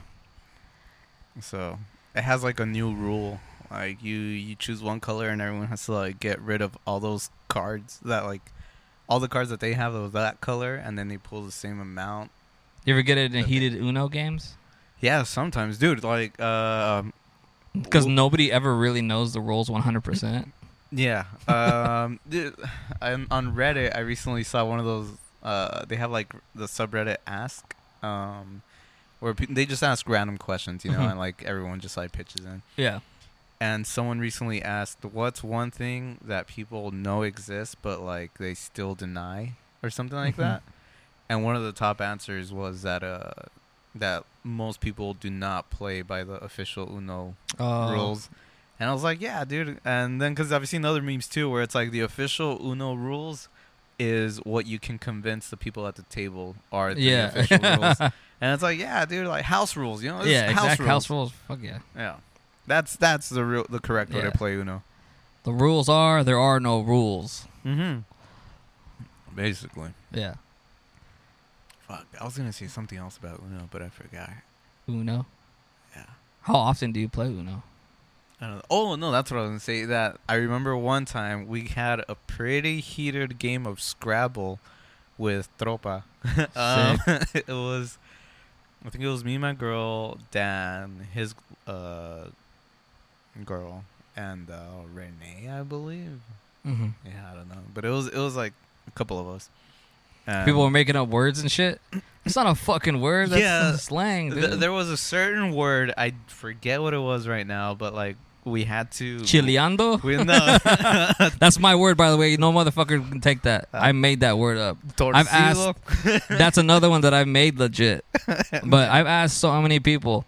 [SPEAKER 2] So it has like a new rule. Like you you choose one color and everyone has to like get rid of all those cards that like all the cards that they have of that color and then they pull the same amount.
[SPEAKER 3] You ever get it in
[SPEAKER 2] Okay.
[SPEAKER 3] heated Uno games?
[SPEAKER 2] Yeah, sometimes, dude, like um
[SPEAKER 3] Because
[SPEAKER 2] Well-
[SPEAKER 3] nobody ever really knows the rules 100%.
[SPEAKER 2] yeah. Um dude, I'm on Reddit I recently saw one of those uh they have like the subreddit ask um where pe- they just ask random questions, you know,
[SPEAKER 3] Mhm.
[SPEAKER 2] and like everyone just like pitches in.
[SPEAKER 3] Yeah.
[SPEAKER 2] And someone recently asked, "What's one thing that people know exists but like they still deny or something like
[SPEAKER 3] Mhm.
[SPEAKER 2] that?" And one of the top answers was that uh that most people do not play by the official Uno
[SPEAKER 3] Uh,
[SPEAKER 2] rules. And I was like, yeah, dude. And then because I've seen other memes too, where it's like the official Uno rules is what you can convince the people at the table are the
[SPEAKER 3] Yeah.
[SPEAKER 2] official rules. And it's like, yeah, dude, like house rules, you know? It's
[SPEAKER 3] yeah,
[SPEAKER 2] Oh, house
[SPEAKER 3] exact
[SPEAKER 2] rules.
[SPEAKER 3] house rules. Fuck yeah.
[SPEAKER 2] Yeah, that's that's the real the correct way
[SPEAKER 3] Yeah.
[SPEAKER 2] to play Uno.
[SPEAKER 3] The rules are there are no rules.
[SPEAKER 2] Mm-hmm. Basically,
[SPEAKER 3] Yeah.
[SPEAKER 2] fuck. I was gonna say something else about Uno, but I forgot.
[SPEAKER 3] Uno.
[SPEAKER 2] Yeah.
[SPEAKER 3] How often do you play Uno?
[SPEAKER 2] I don't know. Oh no, that's what I was gonna say. That I remember one time we had a pretty heated game of Scrabble with Tropa. um, it was, I think it was me, my girl, Dan, his uh, girl, and uh, Renee, I believe.
[SPEAKER 3] Mm-hmm.
[SPEAKER 2] Yeah, I don't know, but it was it was like a couple of us. And
[SPEAKER 3] People were making up words and shit. It's not a fucking word. That's
[SPEAKER 2] Yeah.
[SPEAKER 3] slang, dude.
[SPEAKER 2] th- there was a certain word I forget what it was right now, but like we had to
[SPEAKER 3] Chileando?
[SPEAKER 2] We no.
[SPEAKER 3] That's my word, by the way. No motherfucker can take that.
[SPEAKER 2] Uh.
[SPEAKER 3] I made that word up. I've asked. That's another one that I made legit. But I've asked so many people,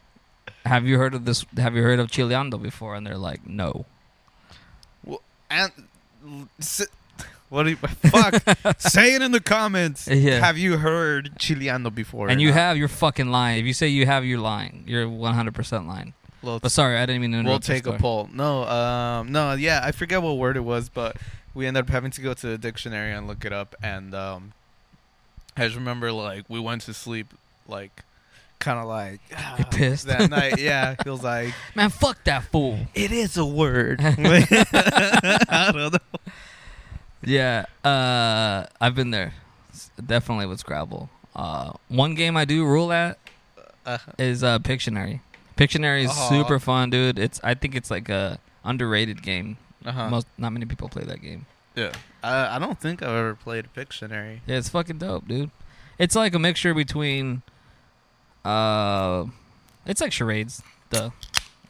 [SPEAKER 3] "Have you heard of this? Have you heard of Chileando before?" And they're like, "No."
[SPEAKER 2] and s- what do you, fuck? Say it in the comments.
[SPEAKER 3] Yeah.
[SPEAKER 2] Have you heard Chileano before?
[SPEAKER 3] and you have, you're fucking lying. If you say you have, you're lying. You're 100 percent lying.
[SPEAKER 2] We'll,
[SPEAKER 3] But Oh, sorry, I didn't mean to.
[SPEAKER 2] we'll
[SPEAKER 3] interrupt your
[SPEAKER 2] take a
[SPEAKER 3] story.
[SPEAKER 2] poll. No, um, no, yeah, I forget what word it was, but we ended up having to go to the dictionary and look it up. And um, I just remember like we went to sleep like. Kind of like ah,
[SPEAKER 3] pissed.
[SPEAKER 2] that night, yeah. He was like,
[SPEAKER 3] Man, fuck that fool.
[SPEAKER 2] "It is a word." I don't know.
[SPEAKER 3] Yeah, uh, I've been there. S- Definitely with Scrabble. Uh, one game I do rule at
[SPEAKER 2] Uh,
[SPEAKER 3] is uh, Pictionary. Pictionary is
[SPEAKER 2] Aw.
[SPEAKER 3] super fun, dude. It's I think it's like a underrated game.
[SPEAKER 2] uh-huh.
[SPEAKER 3] Most not many people play that game.
[SPEAKER 2] Yeah. I, I don't think I've ever played Pictionary.
[SPEAKER 3] Yeah, it's fucking dope, dude. It's like a mixture between, uh, it's like charades, duh,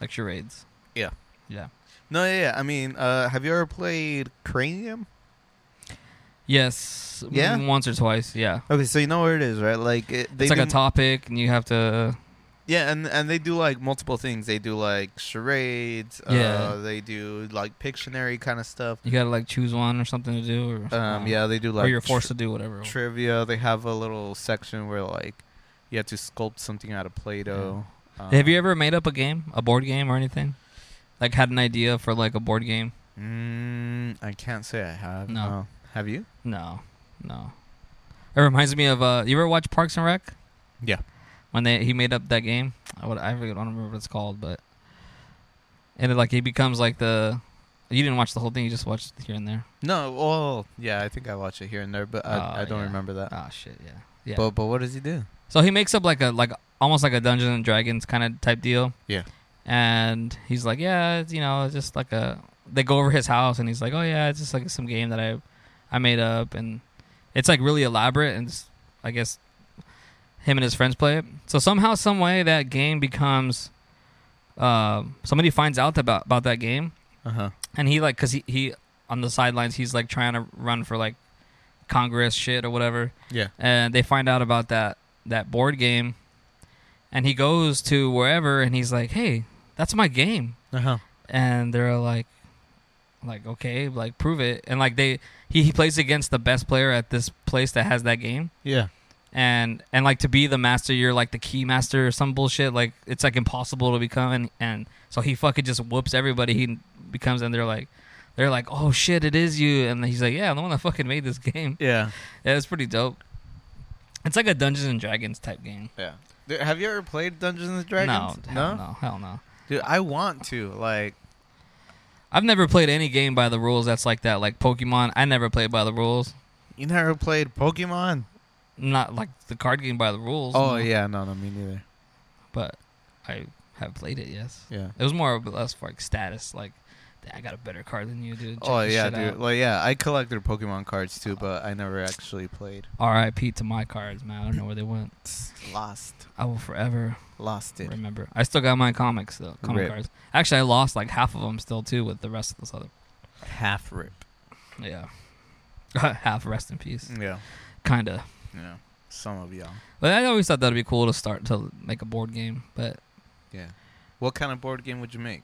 [SPEAKER 3] like charades.
[SPEAKER 2] Yeah.
[SPEAKER 3] Yeah.
[SPEAKER 2] No, yeah, yeah. I mean, uh, have you ever played Cranium?
[SPEAKER 3] Yes.
[SPEAKER 2] Yeah?
[SPEAKER 3] Once or twice. Yeah.
[SPEAKER 2] Okay, so you know where it is, right? Like it, they
[SPEAKER 3] it's like a
[SPEAKER 2] do-
[SPEAKER 3] topic, and you have to.
[SPEAKER 2] Yeah, and and they do like multiple things. They do like charades.
[SPEAKER 3] Yeah.
[SPEAKER 2] Uh, they do like Pictionary kind of stuff.
[SPEAKER 3] You gotta like choose one or something to do, or
[SPEAKER 2] Um, yeah, they do like
[SPEAKER 3] or you're forced
[SPEAKER 2] tri-
[SPEAKER 3] to do whatever.
[SPEAKER 2] trivia. They have a little section where like you have to sculpt something out of Play-Doh. Um,
[SPEAKER 3] Have you ever made up a game, a board game or anything? Like had an idea for like a board game?
[SPEAKER 2] Mm, I can't say I have. Oh.
[SPEAKER 3] No.
[SPEAKER 2] Have you?
[SPEAKER 3] No, no. It reminds me of uh, you ever watch Parks and Rec?
[SPEAKER 2] Yeah.
[SPEAKER 3] When they he made up that game, I would I really don't remember what it's called, but and it, like he becomes like the you didn't watch the whole thing, you just watched here and there.
[SPEAKER 2] No. Well, yeah, I think I watched it here and there, but I,
[SPEAKER 3] Oh,
[SPEAKER 2] I don't
[SPEAKER 3] yeah.
[SPEAKER 2] remember that.
[SPEAKER 3] Ah shit, yeah, yeah.
[SPEAKER 2] But but what does he do?
[SPEAKER 3] So he makes up like a like almost like a Dungeons and Dragons kind of type deal.
[SPEAKER 2] Yeah.
[SPEAKER 3] And he's like, yeah, it's, you know, it's just like a. They go over his house, and he's like, oh yeah, it's just like some game that I, I made up, and it's like really elaborate, and it's, I guess, him and his friends play it. So somehow, some way, that game becomes, um, somebody finds out about about that game,
[SPEAKER 2] Uh huh.
[SPEAKER 3] and he like because he, he on the sidelines he's like trying to run for like congress shit or whatever
[SPEAKER 2] Yeah.
[SPEAKER 3] and they find out about that that board game and he goes to wherever and he's like hey that's my game
[SPEAKER 2] Uh huh.
[SPEAKER 3] and they're like like okay like prove it and like they he, he plays against the best player at this place that has that game
[SPEAKER 2] Yeah.
[SPEAKER 3] and and like to be the master you're like the key master or some bullshit like it's like impossible to become and, and so he fucking just whoops everybody he becomes and they're like they're like oh shit it is you and he's like yeah i'm the one that fucking made this game
[SPEAKER 2] Yeah.
[SPEAKER 3] yeah it's pretty dope it's like a dungeons and dragons type game
[SPEAKER 2] Yeah. Dude, have you ever played Dungeons and Dragons?
[SPEAKER 3] no hell no? hell no
[SPEAKER 2] Dude, I want to. Like,
[SPEAKER 3] i've never played any game by the rules that's like that like pokemon i never played by the rules
[SPEAKER 2] you never played Pokemon?
[SPEAKER 3] not like the card game by the rules
[SPEAKER 2] Oh
[SPEAKER 3] no.
[SPEAKER 2] yeah, no, no, me neither.
[SPEAKER 3] but i have played it yes
[SPEAKER 2] Yeah.
[SPEAKER 3] It was more of less for like status, like I got a better card than you, dude. Check
[SPEAKER 2] Oh
[SPEAKER 3] this
[SPEAKER 2] yeah,
[SPEAKER 3] shit
[SPEAKER 2] dude.
[SPEAKER 3] out."
[SPEAKER 2] Well, yeah, I collected Pokemon cards too, but I never actually played.
[SPEAKER 3] R.I.P. to my cards, man. I don't know where they went.
[SPEAKER 2] Lost,
[SPEAKER 3] I will forever
[SPEAKER 2] lost it.
[SPEAKER 3] remember. I still got my comics though. Comic
[SPEAKER 2] Rip.
[SPEAKER 3] cards. Actually, I lost like half of them still too with the rest of this other.
[SPEAKER 2] Half rip.
[SPEAKER 3] Yeah, half. Rest in peace.
[SPEAKER 2] Yeah,
[SPEAKER 3] Kinda.
[SPEAKER 2] yeah. Some of y'all.
[SPEAKER 3] But I always thought that'd be cool to start to make a board game, but
[SPEAKER 2] Yeah. What kind of board game would you make?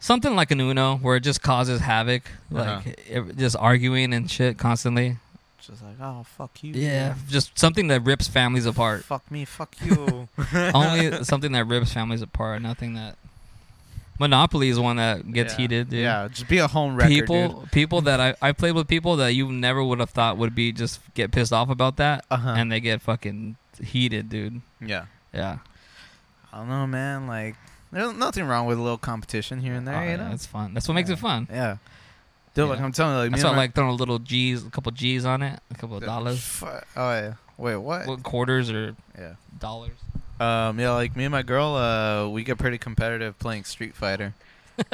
[SPEAKER 3] something like an Uno where it just causes havoc, like
[SPEAKER 2] Uh-huh.
[SPEAKER 3] it- just arguing and shit constantly.
[SPEAKER 2] Just like, oh fuck you.
[SPEAKER 3] Yeah, just something that rips families apart.
[SPEAKER 2] Fuck me. Fuck you.
[SPEAKER 3] Only something that rips families apart. Nothing that. Monopoly is one that gets
[SPEAKER 2] Yeah.
[SPEAKER 3] heated. Dude.
[SPEAKER 2] Yeah. Just be a home wrecker,
[SPEAKER 3] people,
[SPEAKER 2] dude.
[SPEAKER 3] people that I, I played with people that you never would have thought would be just get pissed off about that,
[SPEAKER 2] Uh huh.
[SPEAKER 3] and they get fucking heated, dude.
[SPEAKER 2] Yeah.
[SPEAKER 3] Yeah,
[SPEAKER 2] I don't know, man. Like, there's nothing wrong with a little competition here and there,
[SPEAKER 3] Oh,
[SPEAKER 2] you
[SPEAKER 3] yeah,
[SPEAKER 2] know.
[SPEAKER 3] that's fun. That's what makes
[SPEAKER 2] Yeah.
[SPEAKER 3] it fun.
[SPEAKER 2] Yeah. Dude,
[SPEAKER 3] Yeah.
[SPEAKER 2] like I'm telling you, like, me
[SPEAKER 3] That's
[SPEAKER 2] and
[SPEAKER 3] why I
[SPEAKER 2] my-
[SPEAKER 3] like throwing a little G's, a couple G's on it, a couple of
[SPEAKER 2] the-
[SPEAKER 3] dollars,
[SPEAKER 2] fu- Oh yeah. Wait, what?
[SPEAKER 3] what quarters or
[SPEAKER 2] Yeah.
[SPEAKER 3] dollars.
[SPEAKER 2] Um, yeah, like me and my girl, uh, we get pretty competitive playing Street Fighter.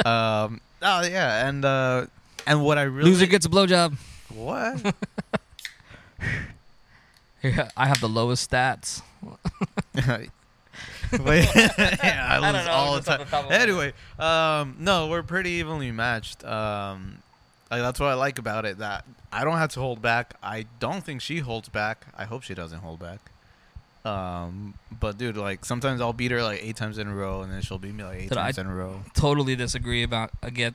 [SPEAKER 2] um, oh yeah, and uh, and what I really
[SPEAKER 3] Loser gets a blowjob.
[SPEAKER 2] what?
[SPEAKER 3] Yeah, I have the lowest stats.
[SPEAKER 2] But- yeah, I
[SPEAKER 3] I don't
[SPEAKER 2] lose
[SPEAKER 3] know,
[SPEAKER 2] all the
[SPEAKER 3] just off
[SPEAKER 2] time.
[SPEAKER 3] the top of my head.
[SPEAKER 2] Anyway, um, no, we're pretty evenly matched. Um, like that's what I like about it. That I don't have to hold back. I don't think she holds back. I hope she doesn't hold back. Um, but dude, like sometimes I'll beat her like eight times in a row, and then she'll beat me like eight
[SPEAKER 3] Dude, I-
[SPEAKER 2] times in a row.
[SPEAKER 3] Totally disagree about I get.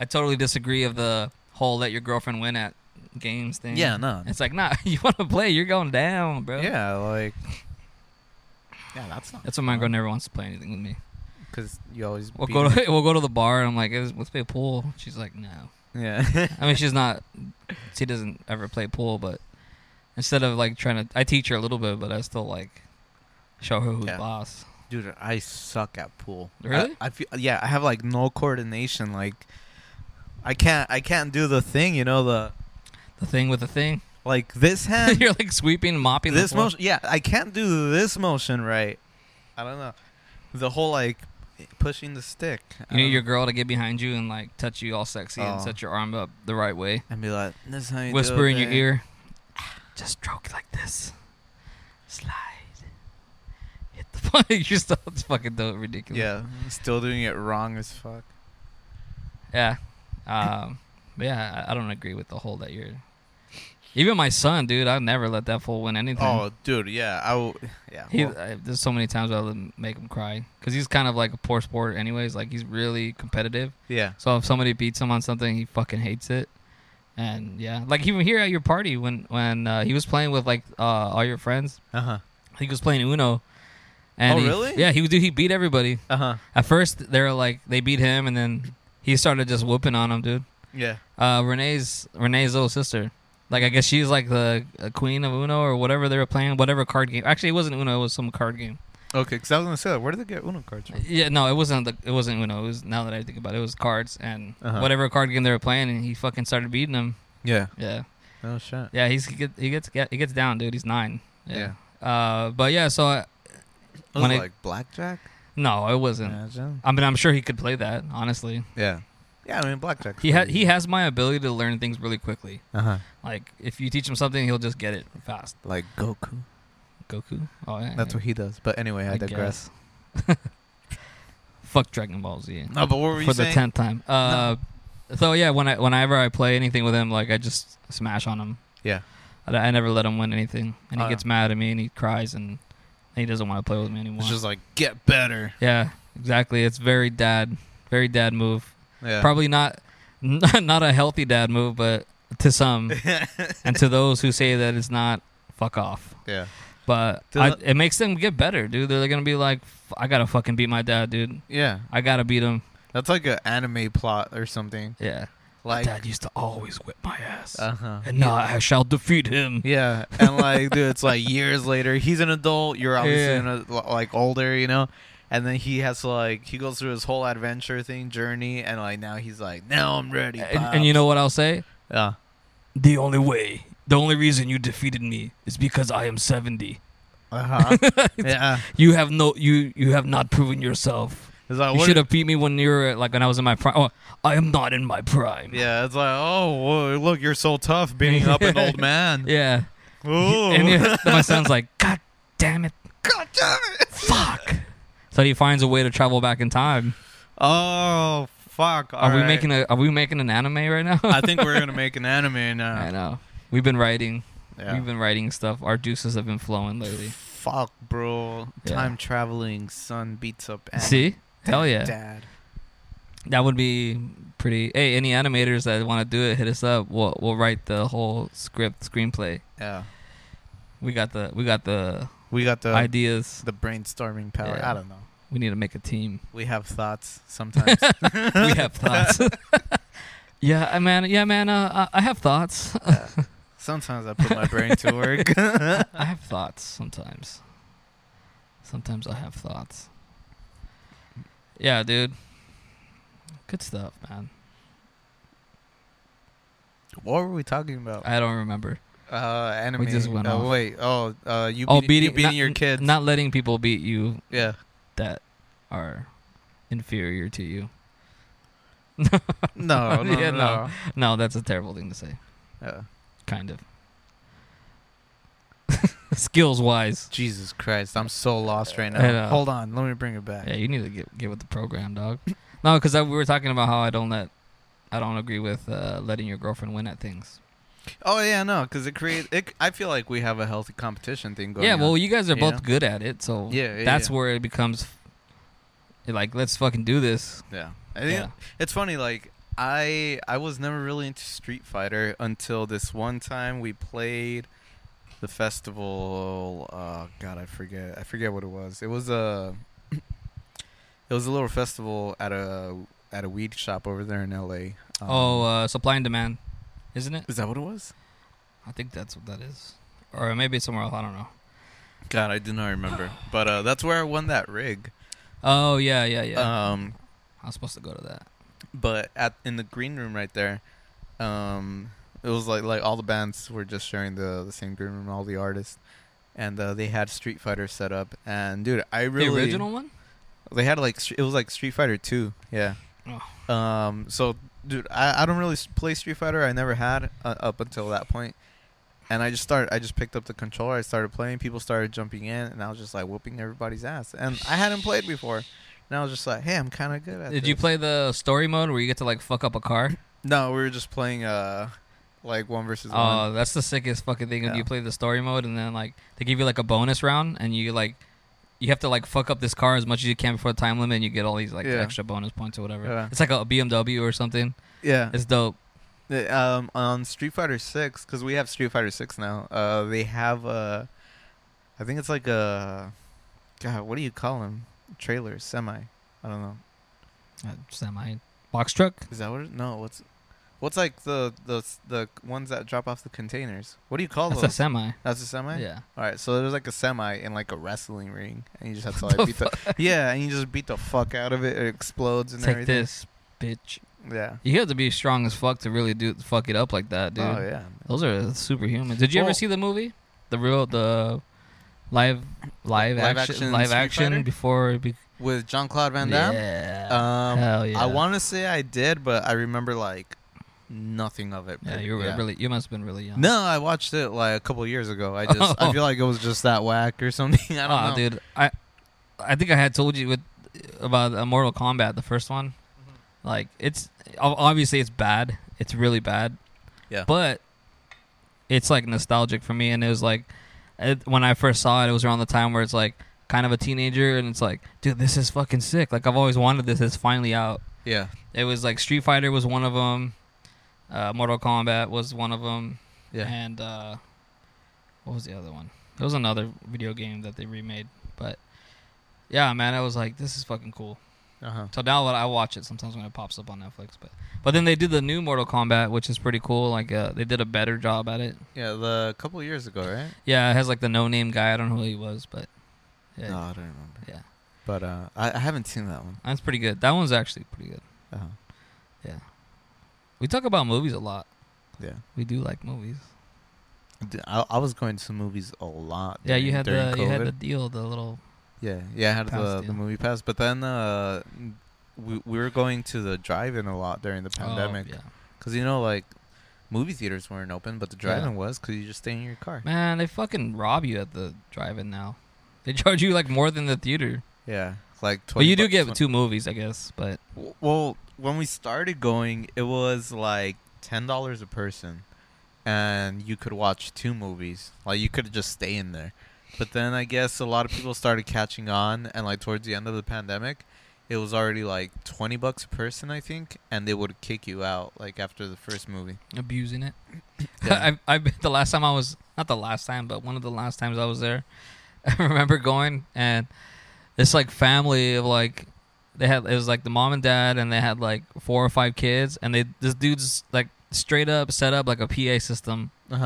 [SPEAKER 3] I totally disagree of the whole let your girlfriend win at games thing.
[SPEAKER 2] Yeah, no,
[SPEAKER 3] It's like, nah, you want to play, you're going down, bro.
[SPEAKER 2] Yeah, like. Yeah, that's not
[SPEAKER 3] That's why my girl never wants to play anything with me.
[SPEAKER 2] because you always.
[SPEAKER 3] We'll
[SPEAKER 2] Uh-huh. beat
[SPEAKER 3] go
[SPEAKER 2] me.
[SPEAKER 3] to we'll go to the bar and I'm like, "Is- let's play pool. She's like, no.
[SPEAKER 2] Yeah.
[SPEAKER 3] I mean, she's not. She doesn't ever play pool, but instead of like trying to, I teach her a little bit, but I still like show her who's
[SPEAKER 2] Yeah.
[SPEAKER 3] boss.
[SPEAKER 2] Dude, I suck at pool.
[SPEAKER 3] Really?
[SPEAKER 2] I, I feel, yeah, I have like no coordination. Like, I can't. I can't do the thing. You know the
[SPEAKER 3] The thing with the thing.
[SPEAKER 2] like this hand.
[SPEAKER 3] You're like sweeping, mopping.
[SPEAKER 2] this
[SPEAKER 3] the floor.
[SPEAKER 2] motion. Yeah, I can't do this motion right. I don't know. The whole like pushing the stick. I
[SPEAKER 3] You need
[SPEAKER 2] don't-
[SPEAKER 3] your girl to get behind you and like touch you all sexy and
[SPEAKER 2] Oh.
[SPEAKER 3] set your arm up the right way.
[SPEAKER 2] and be like this. Is how you do
[SPEAKER 3] Whisper
[SPEAKER 2] it,
[SPEAKER 3] in your
[SPEAKER 2] babe."
[SPEAKER 3] ear. Just stroke like this. Slide. Hit the point. You're still it's fucking dope, ridiculous.
[SPEAKER 2] Yeah, still doing it wrong as fuck.
[SPEAKER 3] Yeah. Um, but yeah, I, I don't agree with the whole that you're. Even my son, dude, I'd never let that fool win anything.
[SPEAKER 2] Oh, dude, yeah, I. W- yeah.
[SPEAKER 3] he,
[SPEAKER 2] well,
[SPEAKER 3] I, there's so many times I would make him cry because he's kind of like a poor sport, anyways. Like he's really competitive.
[SPEAKER 2] yeah.
[SPEAKER 3] So if somebody beats him on something, he fucking hates it. And yeah, like even here at your party when when uh, he was playing with like uh, all your friends,
[SPEAKER 2] Uh huh.
[SPEAKER 3] he was playing Uno. And
[SPEAKER 2] Oh,
[SPEAKER 3] he-
[SPEAKER 2] really?
[SPEAKER 3] Yeah, he was. Dude, he beat everybody.
[SPEAKER 2] Uh huh.
[SPEAKER 3] At first, they were like they beat him, and then he started just whooping on him, dude.
[SPEAKER 2] Yeah.
[SPEAKER 3] uh, Renee's Renee's little sister. Like I guess she's like the uh, queen of Uno or whatever they were playing, whatever card game. Actually, it wasn't Uno; it was some card game.
[SPEAKER 2] Okay, because I was gonna say, where did they get Uno cards from?
[SPEAKER 3] Yeah, no, it wasn't. The, it wasn't Uno. It was now that I think about it, it was cards and
[SPEAKER 2] Uh-huh.
[SPEAKER 3] whatever card game they were playing, and he fucking started beating him.
[SPEAKER 2] Yeah.
[SPEAKER 3] Yeah,
[SPEAKER 2] Oh shit.
[SPEAKER 3] yeah, he's he gets he gets get, he gets down, dude. He's nine.
[SPEAKER 2] Yeah.
[SPEAKER 3] Uh, but yeah, so I,
[SPEAKER 2] Was
[SPEAKER 3] When
[SPEAKER 2] it
[SPEAKER 3] it-
[SPEAKER 2] like blackjack?
[SPEAKER 3] no, it wasn't.
[SPEAKER 2] Imagine.
[SPEAKER 3] I mean, I'm sure he could play that. Honestly,
[SPEAKER 2] Yeah. Yeah, I mean blackjack.
[SPEAKER 3] he had he has my ability to learn things really quickly.
[SPEAKER 2] Uh huh.
[SPEAKER 3] Like if you teach him something, he'll just get it fast.
[SPEAKER 2] Like Goku.
[SPEAKER 3] Goku. Oh yeah.
[SPEAKER 2] That's what he does. But anyway, I,
[SPEAKER 3] I
[SPEAKER 2] digress.
[SPEAKER 3] guess. Fuck Dragon Ball Z.
[SPEAKER 2] No, but what were you
[SPEAKER 3] for the
[SPEAKER 2] saying?
[SPEAKER 3] tenth time. Uh, So yeah, when I whenever I play anything with him, like I just smash on him.
[SPEAKER 2] Yeah.
[SPEAKER 3] I, I never let him win anything, and he
[SPEAKER 2] Oh,
[SPEAKER 3] gets mad at me and he cries and he doesn't want to play with me anymore.
[SPEAKER 2] It's just like get better.
[SPEAKER 3] yeah, exactly. It's very dad, very dad move.
[SPEAKER 2] Yeah.
[SPEAKER 3] Probably not, not a healthy dad move, but to some and to those who say that it's not, fuck off.
[SPEAKER 2] yeah.
[SPEAKER 3] But
[SPEAKER 2] Does
[SPEAKER 3] I,
[SPEAKER 2] it-
[SPEAKER 3] it makes them get better, dude. They're gonna be like, "F- I gotta fucking beat my dad, dude.
[SPEAKER 2] Yeah.
[SPEAKER 3] I gotta beat him.
[SPEAKER 2] That's like an anime plot or something.
[SPEAKER 3] Yeah.
[SPEAKER 2] Like
[SPEAKER 3] dad used to always whip my ass.
[SPEAKER 2] uh huh.
[SPEAKER 3] and now I shall defeat him.
[SPEAKER 2] Yeah, and like, dude, it's like years later. He's an adult. You're obviously
[SPEAKER 3] Yeah.
[SPEAKER 2] an ad- like older, you know. And then he has to like he goes through his whole adventure thing journey, and like now he's like, now I'm ready.
[SPEAKER 3] And, and you know what I'll say?
[SPEAKER 2] yeah,
[SPEAKER 3] The only way, the only reason you defeated me is because I am 70.
[SPEAKER 2] uh huh, yeah.
[SPEAKER 3] You have no, you you have not proven yourself.
[SPEAKER 2] It's like,
[SPEAKER 3] You
[SPEAKER 2] what-
[SPEAKER 3] should have beat me when you were like when I was in my prime. Oh, I am not in my prime.
[SPEAKER 2] Yeah, it's like, oh, whoa, look, you're so tough beating up an old man.
[SPEAKER 3] Yeah.
[SPEAKER 2] Ooh.
[SPEAKER 3] And he- then my son's like, God damn it,
[SPEAKER 2] God damn it.
[SPEAKER 3] fuck. So he finds a way to travel back in time.
[SPEAKER 2] Oh, fuck.
[SPEAKER 3] are we making a? Are we making an anime right now?
[SPEAKER 2] I think we're going to make an anime now.
[SPEAKER 3] I know. We've been writing.
[SPEAKER 2] Yeah.
[SPEAKER 3] We've been writing stuff. Our deuces have been flowing lately.
[SPEAKER 2] Fuck, bro.
[SPEAKER 3] Yeah.
[SPEAKER 2] Time traveling son beats up anime.
[SPEAKER 3] See? Hell yeah.
[SPEAKER 2] Dad.
[SPEAKER 3] That would be pretty. Hey, any animators that want to do it, hit us up. We'll we'll write the whole script, screenplay.
[SPEAKER 2] Yeah.
[SPEAKER 3] We got the we got the
[SPEAKER 2] We got the
[SPEAKER 3] ideas.
[SPEAKER 2] the brainstorming power.
[SPEAKER 3] Yeah.
[SPEAKER 2] I don't know.
[SPEAKER 3] We need to make a team.
[SPEAKER 2] We have thoughts sometimes.
[SPEAKER 3] we have thoughts. yeah, I man. Yeah, man. Uh, I I have thoughts.
[SPEAKER 2] sometimes I put my brain to work.
[SPEAKER 3] I have thoughts sometimes. Sometimes I have thoughts. Yeah, dude. Good stuff, man.
[SPEAKER 2] what were we talking about?
[SPEAKER 3] I don't remember.
[SPEAKER 2] Uh, anime.
[SPEAKER 3] just went
[SPEAKER 2] oh,
[SPEAKER 3] off.
[SPEAKER 2] wait. Oh, uh, you,
[SPEAKER 3] oh,
[SPEAKER 2] beat,
[SPEAKER 3] beating,
[SPEAKER 2] you beating
[SPEAKER 3] not-
[SPEAKER 2] your kids.
[SPEAKER 3] Not letting people beat you
[SPEAKER 2] yeah.
[SPEAKER 3] that are inferior to you.
[SPEAKER 2] No, no, Uh,
[SPEAKER 3] Yeah,
[SPEAKER 2] no.
[SPEAKER 3] no. No, that's a terrible thing to say.
[SPEAKER 2] Yeah.
[SPEAKER 3] Kind of. Skills wise.
[SPEAKER 2] Jesus Christ, I'm so lost right now.
[SPEAKER 3] I know.
[SPEAKER 2] Hold on, let me bring it back.
[SPEAKER 3] Yeah, you need to get get with the program, dog. No, because we were talking about how I don't let, I don't agree with uh, letting your girlfriend win at things.
[SPEAKER 2] Oh yeah, no, because it create. It, I feel like we have a healthy competition thing going.
[SPEAKER 3] yeah,
[SPEAKER 2] on.
[SPEAKER 3] well, you guys are
[SPEAKER 2] you
[SPEAKER 3] both
[SPEAKER 2] know?
[SPEAKER 3] good at it, so
[SPEAKER 2] Yeah, yeah,
[SPEAKER 3] that's
[SPEAKER 2] yeah.
[SPEAKER 3] where it becomes you're like let's fucking do this.
[SPEAKER 2] yeah. I think
[SPEAKER 3] Yeah.
[SPEAKER 2] it's funny. Like I, I was never really into Street Fighter until this one time we played the festival. Oh God, I forget. I forget what it was. It was a, it was a little festival at a at a weed shop over there in L.A. Um,
[SPEAKER 3] oh, uh, supply and demand, isn't it?
[SPEAKER 2] is that what it was?
[SPEAKER 3] I think that's what that is, or maybe it's somewhere else. I don't know.
[SPEAKER 2] God, I do not remember. But uh, that's where I won that rig.
[SPEAKER 3] Oh yeah, yeah, yeah.
[SPEAKER 2] Um,
[SPEAKER 3] I was supposed to go to that.
[SPEAKER 2] but at in the green room right there, um, it was like like all the bands were just sharing the the same green room, all the artists, and uh, they had Street Fighter set up. And dude, I really
[SPEAKER 3] The original one.
[SPEAKER 2] they had like str- it was like Street Fighter Two, yeah. Um, so dude, I, I don't really s- play Street Fighter. I never had uh, up until that point, and I just started. I just picked up the controller. I started playing. People started jumping in, and I was just like whooping everybody's ass. And I hadn't played before, and I was just like, hey, I'm kind of good at.
[SPEAKER 3] Did you
[SPEAKER 2] this.
[SPEAKER 3] play the story mode where you get to like fuck up a car?
[SPEAKER 2] No, we were just playing uh, like one versus
[SPEAKER 3] Oh,
[SPEAKER 2] one.
[SPEAKER 3] that's the sickest fucking thing. when
[SPEAKER 2] Yeah.
[SPEAKER 3] You play the story mode, and then like they give you like a bonus round, and you like you have to like fuck up this car as much as you can before the time limit, and you get all these like
[SPEAKER 2] Yeah.
[SPEAKER 3] extra bonus points or whatever.
[SPEAKER 2] Yeah.
[SPEAKER 3] It's like a BMW or something.
[SPEAKER 2] Yeah.
[SPEAKER 3] It's dope.
[SPEAKER 2] The, um, on Street Fighter Six, because we have Street Fighter Six now. Uh, they have uh, I think it's like a, God, what do you call them? Trailer, semi. I don't know.
[SPEAKER 3] Uh, semi box truck.
[SPEAKER 2] Is that what? It, no, what's, what's like the the the ones that drop off the containers? What do you call
[SPEAKER 3] That's a
[SPEAKER 2] those?
[SPEAKER 3] semi.
[SPEAKER 2] That's a semi.
[SPEAKER 3] Yeah.
[SPEAKER 2] All right, so there's like a semi in like a wrestling ring, and you just have to like beat the yeah, and you just beat the fuck out of it. It explodes and
[SPEAKER 3] Take
[SPEAKER 2] everything.
[SPEAKER 3] this, bitch.
[SPEAKER 2] Yeah.
[SPEAKER 3] You have to be strong as fuck to really do fuck it up like that, dude.
[SPEAKER 2] Oh yeah.
[SPEAKER 3] Those are superhuman. Did you ever
[SPEAKER 2] Well-
[SPEAKER 3] see the movie? The real the live live,
[SPEAKER 2] Live
[SPEAKER 3] action,
[SPEAKER 2] action
[SPEAKER 3] live
[SPEAKER 2] Street
[SPEAKER 3] action
[SPEAKER 2] Fighter?
[SPEAKER 3] before it be-
[SPEAKER 2] With Jean Claude Van Damme.
[SPEAKER 3] yeah.
[SPEAKER 2] Um,
[SPEAKER 3] Hell yeah.
[SPEAKER 2] I want to say I did, but I remember like nothing of it.
[SPEAKER 3] Yeah, you were really you must have been really young.
[SPEAKER 2] No, I watched it like a couple years ago. I just I feel like it was just that whack or something. I don't
[SPEAKER 3] Aw,
[SPEAKER 2] know.
[SPEAKER 3] dude. I I think I had told you with about uh, Mortal Kombat, the first one. Like it's ob- obviously it's bad. It's really bad.
[SPEAKER 2] Yeah.
[SPEAKER 3] But it's like nostalgic for me, and it was like it, when I first saw it, it was around the time where it's like kind of a teenager, and it's like, dude, this is fucking sick. Like I've always wanted this. It's finally out.
[SPEAKER 2] Yeah.
[SPEAKER 3] It was like Street Fighter was one of them. Uh, Mortal Kombat was one of them.
[SPEAKER 2] Yeah.
[SPEAKER 3] And uh, what was the other one? There was another video game that they remade, but yeah, man, I was like, this is fucking cool.
[SPEAKER 2] Uh huh.
[SPEAKER 3] So now that I watch it sometimes when it pops up on Netflix, but but then they did the new Mortal Kombat, which is pretty cool. Like uh, they did a better job at it.
[SPEAKER 2] Yeah, the couple years ago, right?
[SPEAKER 3] Yeah, it has like the no name guy. I don't know who he was, but yeah,
[SPEAKER 2] No, I don't remember.
[SPEAKER 3] yeah,
[SPEAKER 2] But uh, I, I haven't seen that one.
[SPEAKER 3] that's pretty good. That one's actually pretty good.
[SPEAKER 2] Uh-huh.
[SPEAKER 3] Yeah, we talk about movies a lot.
[SPEAKER 2] Yeah.
[SPEAKER 3] We do like movies.
[SPEAKER 2] Dude, I, I was going to movies a lot.
[SPEAKER 3] Yeah, you
[SPEAKER 2] during-
[SPEAKER 3] had
[SPEAKER 2] during
[SPEAKER 3] the you had the
[SPEAKER 2] COVID.
[SPEAKER 3] deal, the little
[SPEAKER 2] Yeah, yeah, I had
[SPEAKER 3] Pass
[SPEAKER 2] the,
[SPEAKER 3] deal.
[SPEAKER 2] the movie pass, but then uh, we we were going to the drive-in a lot during the
[SPEAKER 3] Oh,
[SPEAKER 2] pandemic
[SPEAKER 3] yeah.
[SPEAKER 2] because you know like movie theaters weren't open, but the
[SPEAKER 3] Yeah.
[SPEAKER 2] drive-in was because you just stay in your car.
[SPEAKER 3] Man, they fucking rob you at the drive-in now. They charge you like more than the theater.
[SPEAKER 2] Yeah, like
[SPEAKER 3] But
[SPEAKER 2] 20
[SPEAKER 3] you do
[SPEAKER 2] bucks-
[SPEAKER 3] get
[SPEAKER 2] 20
[SPEAKER 3] two movies, I guess. But
[SPEAKER 2] W- Well, when we started going, it was like ten dollars a person, and you could watch two movies. Like you could just stay in there. But then I guess a lot of people started catching on, and like towards the end of the pandemic, it was already like twenty bucks a person, I think, and they would kick you out like after the first movie.
[SPEAKER 3] abusing it.
[SPEAKER 2] Yeah.
[SPEAKER 3] I, I bet the last time I was not the last time, but one of the last times I was there, I remember going and this like family of like they had it was like the mom and dad and they had like four or five kids and they this dude's like straight up set up like a PA system
[SPEAKER 2] Uh huh.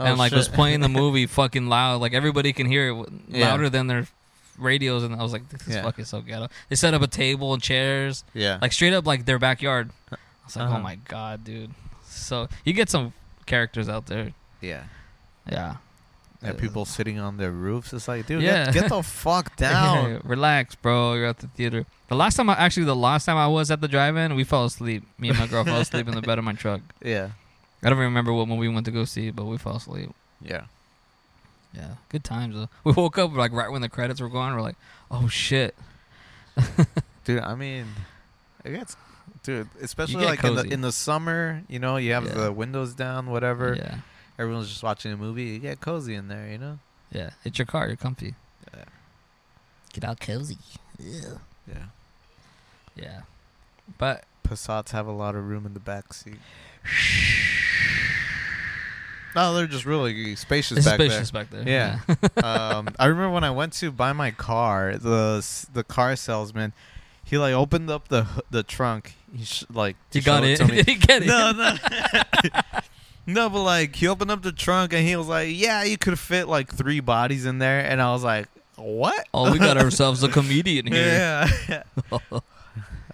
[SPEAKER 3] Uh-huh. and like was playing the movie fucking loud like everybody can hear it w-
[SPEAKER 2] Yeah.
[SPEAKER 3] louder than their radios and I was like this is
[SPEAKER 2] Yeah.
[SPEAKER 3] fucking so ghetto. They set up a table and chairs
[SPEAKER 2] yeah.
[SPEAKER 3] like straight up like their backyard. I was like,
[SPEAKER 2] Uh-huh.
[SPEAKER 3] oh my god, dude. So you get some characters out there.
[SPEAKER 2] yeah.
[SPEAKER 3] Yeah.
[SPEAKER 2] And
[SPEAKER 3] Uh,
[SPEAKER 2] people sitting on their roofs. It's like, dude,
[SPEAKER 3] Yeah.
[SPEAKER 2] get, get the fuck
[SPEAKER 3] yeah,
[SPEAKER 2] down.
[SPEAKER 3] relax, bro. You're at the theater. The last time I actually the last time I was at the drive-in, we fell asleep. Me and my girl fell asleep in the bed of my truck.
[SPEAKER 2] Yeah.
[SPEAKER 3] I don't remember what movie we went to go see, but we fell asleep.
[SPEAKER 2] Yeah.
[SPEAKER 3] Yeah, good times though. We woke up like right when the credits were going. We're like, oh shit.
[SPEAKER 2] Dude, I mean, it gets, dude, especially
[SPEAKER 3] get
[SPEAKER 2] like in the,
[SPEAKER 3] cozy.
[SPEAKER 2] in the summer, you know, you have
[SPEAKER 3] Yeah.
[SPEAKER 2] the windows down, whatever.
[SPEAKER 3] Yeah,
[SPEAKER 2] Everyone's just watching a movie. You get cozy in there, you know?
[SPEAKER 3] yeah. It's your car. You're comfy.
[SPEAKER 2] Yeah.
[SPEAKER 3] Get all cozy.
[SPEAKER 2] Yeah.
[SPEAKER 3] Yeah, but
[SPEAKER 2] Passats have a lot of room in the back seat. No, they're just really spacious
[SPEAKER 3] it's
[SPEAKER 2] back
[SPEAKER 3] suspicious back there.
[SPEAKER 2] Yeah. there. um, I remember when I went to buy my car, the s- the car salesman, he like opened up the h- the trunk. He sh- like
[SPEAKER 3] He
[SPEAKER 2] to
[SPEAKER 3] got
[SPEAKER 2] show
[SPEAKER 3] it.
[SPEAKER 2] to me.
[SPEAKER 3] Did he get it?
[SPEAKER 2] No, no. no, but like he opened up the trunk and he was like, "Yeah, you could fit like three bodies in there," and I was like, "What?"
[SPEAKER 3] Oh, we got ourselves a comedian here.
[SPEAKER 2] yeah.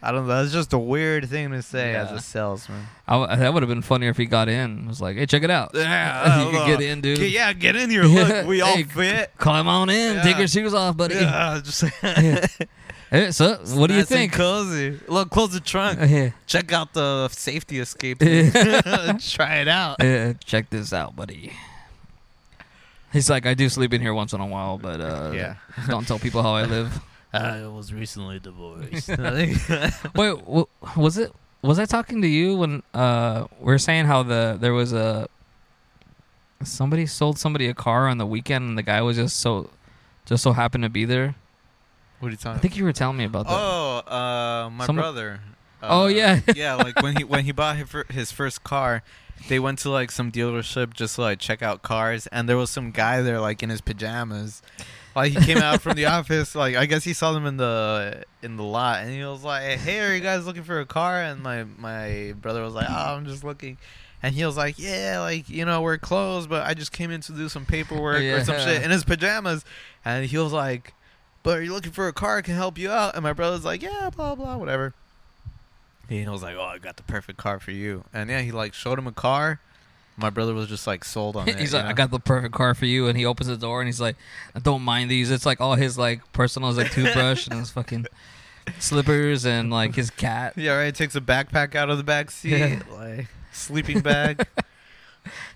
[SPEAKER 2] I don't know. That's just a weird thing to say as
[SPEAKER 3] Yeah.
[SPEAKER 2] a salesman.
[SPEAKER 3] I w that would have been funnier if he got in. It was like, hey, check it out.
[SPEAKER 2] Yeah,
[SPEAKER 3] you can
[SPEAKER 2] uh,
[SPEAKER 3] get in, dude.
[SPEAKER 2] Get- yeah, get in here.
[SPEAKER 3] Yeah,
[SPEAKER 2] Look, we all
[SPEAKER 3] hey,
[SPEAKER 2] fit.
[SPEAKER 3] Climb on in.
[SPEAKER 2] Yeah.
[SPEAKER 3] Take your shoes off, buddy.
[SPEAKER 2] Yeah, just
[SPEAKER 3] Hey, so, what do you
[SPEAKER 2] nice and
[SPEAKER 3] think?
[SPEAKER 2] Cozy. Look, close the trunk.
[SPEAKER 3] Yeah,
[SPEAKER 2] Check out the safety escape.
[SPEAKER 3] Yeah.
[SPEAKER 2] Try it out.
[SPEAKER 3] yeah, check this out, buddy. He's like, I do sleep in here once in a while, but uh,
[SPEAKER 2] Yeah.
[SPEAKER 3] don't tell people how I live.
[SPEAKER 2] I was recently divorced.
[SPEAKER 3] Wait, w- was it? Was I talking to you when uh, we were saying how the there was a somebody sold somebody a car on the weekend and the guy was just so just so happened to be there?
[SPEAKER 2] What are you
[SPEAKER 3] I
[SPEAKER 2] talking?
[SPEAKER 3] think you were telling me about that.
[SPEAKER 2] Oh, uh, my
[SPEAKER 3] Some-
[SPEAKER 2] brother. Uh,
[SPEAKER 3] Oh, yeah.
[SPEAKER 2] yeah. Like when he when he bought his, fir- his first car, they went to like some dealership just to, like check out cars, and there was some guy there like in his pajamas. Like he came out from the office, like I guess he saw them in the in the lot, and he was like, "Hey, are you guys looking for a car?" And my my brother was like, "Oh, I'm just looking." And he was like, "Yeah, like you know, we're closed, but I just came in to do some paperwork or some
[SPEAKER 3] Yeah.
[SPEAKER 2] shit in his pajamas." And he was like, but are you looking for a car that can help you out? And my brother's like, yeah, blah, blah, whatever. And I was like, oh, I got the perfect car for you. And yeah, he like showed him a car. My brother was just like sold on it.
[SPEAKER 3] he's
[SPEAKER 2] you
[SPEAKER 3] like, I
[SPEAKER 2] know?
[SPEAKER 3] got the perfect car for you, and he opens the door and he's like, I don't mind these. It's like all his like personal, his, like toothbrush and his fucking slippers and like his cat,
[SPEAKER 2] Yeah, right. Takes a backpack out of the back seat,
[SPEAKER 3] Yeah.
[SPEAKER 2] like sleeping bag.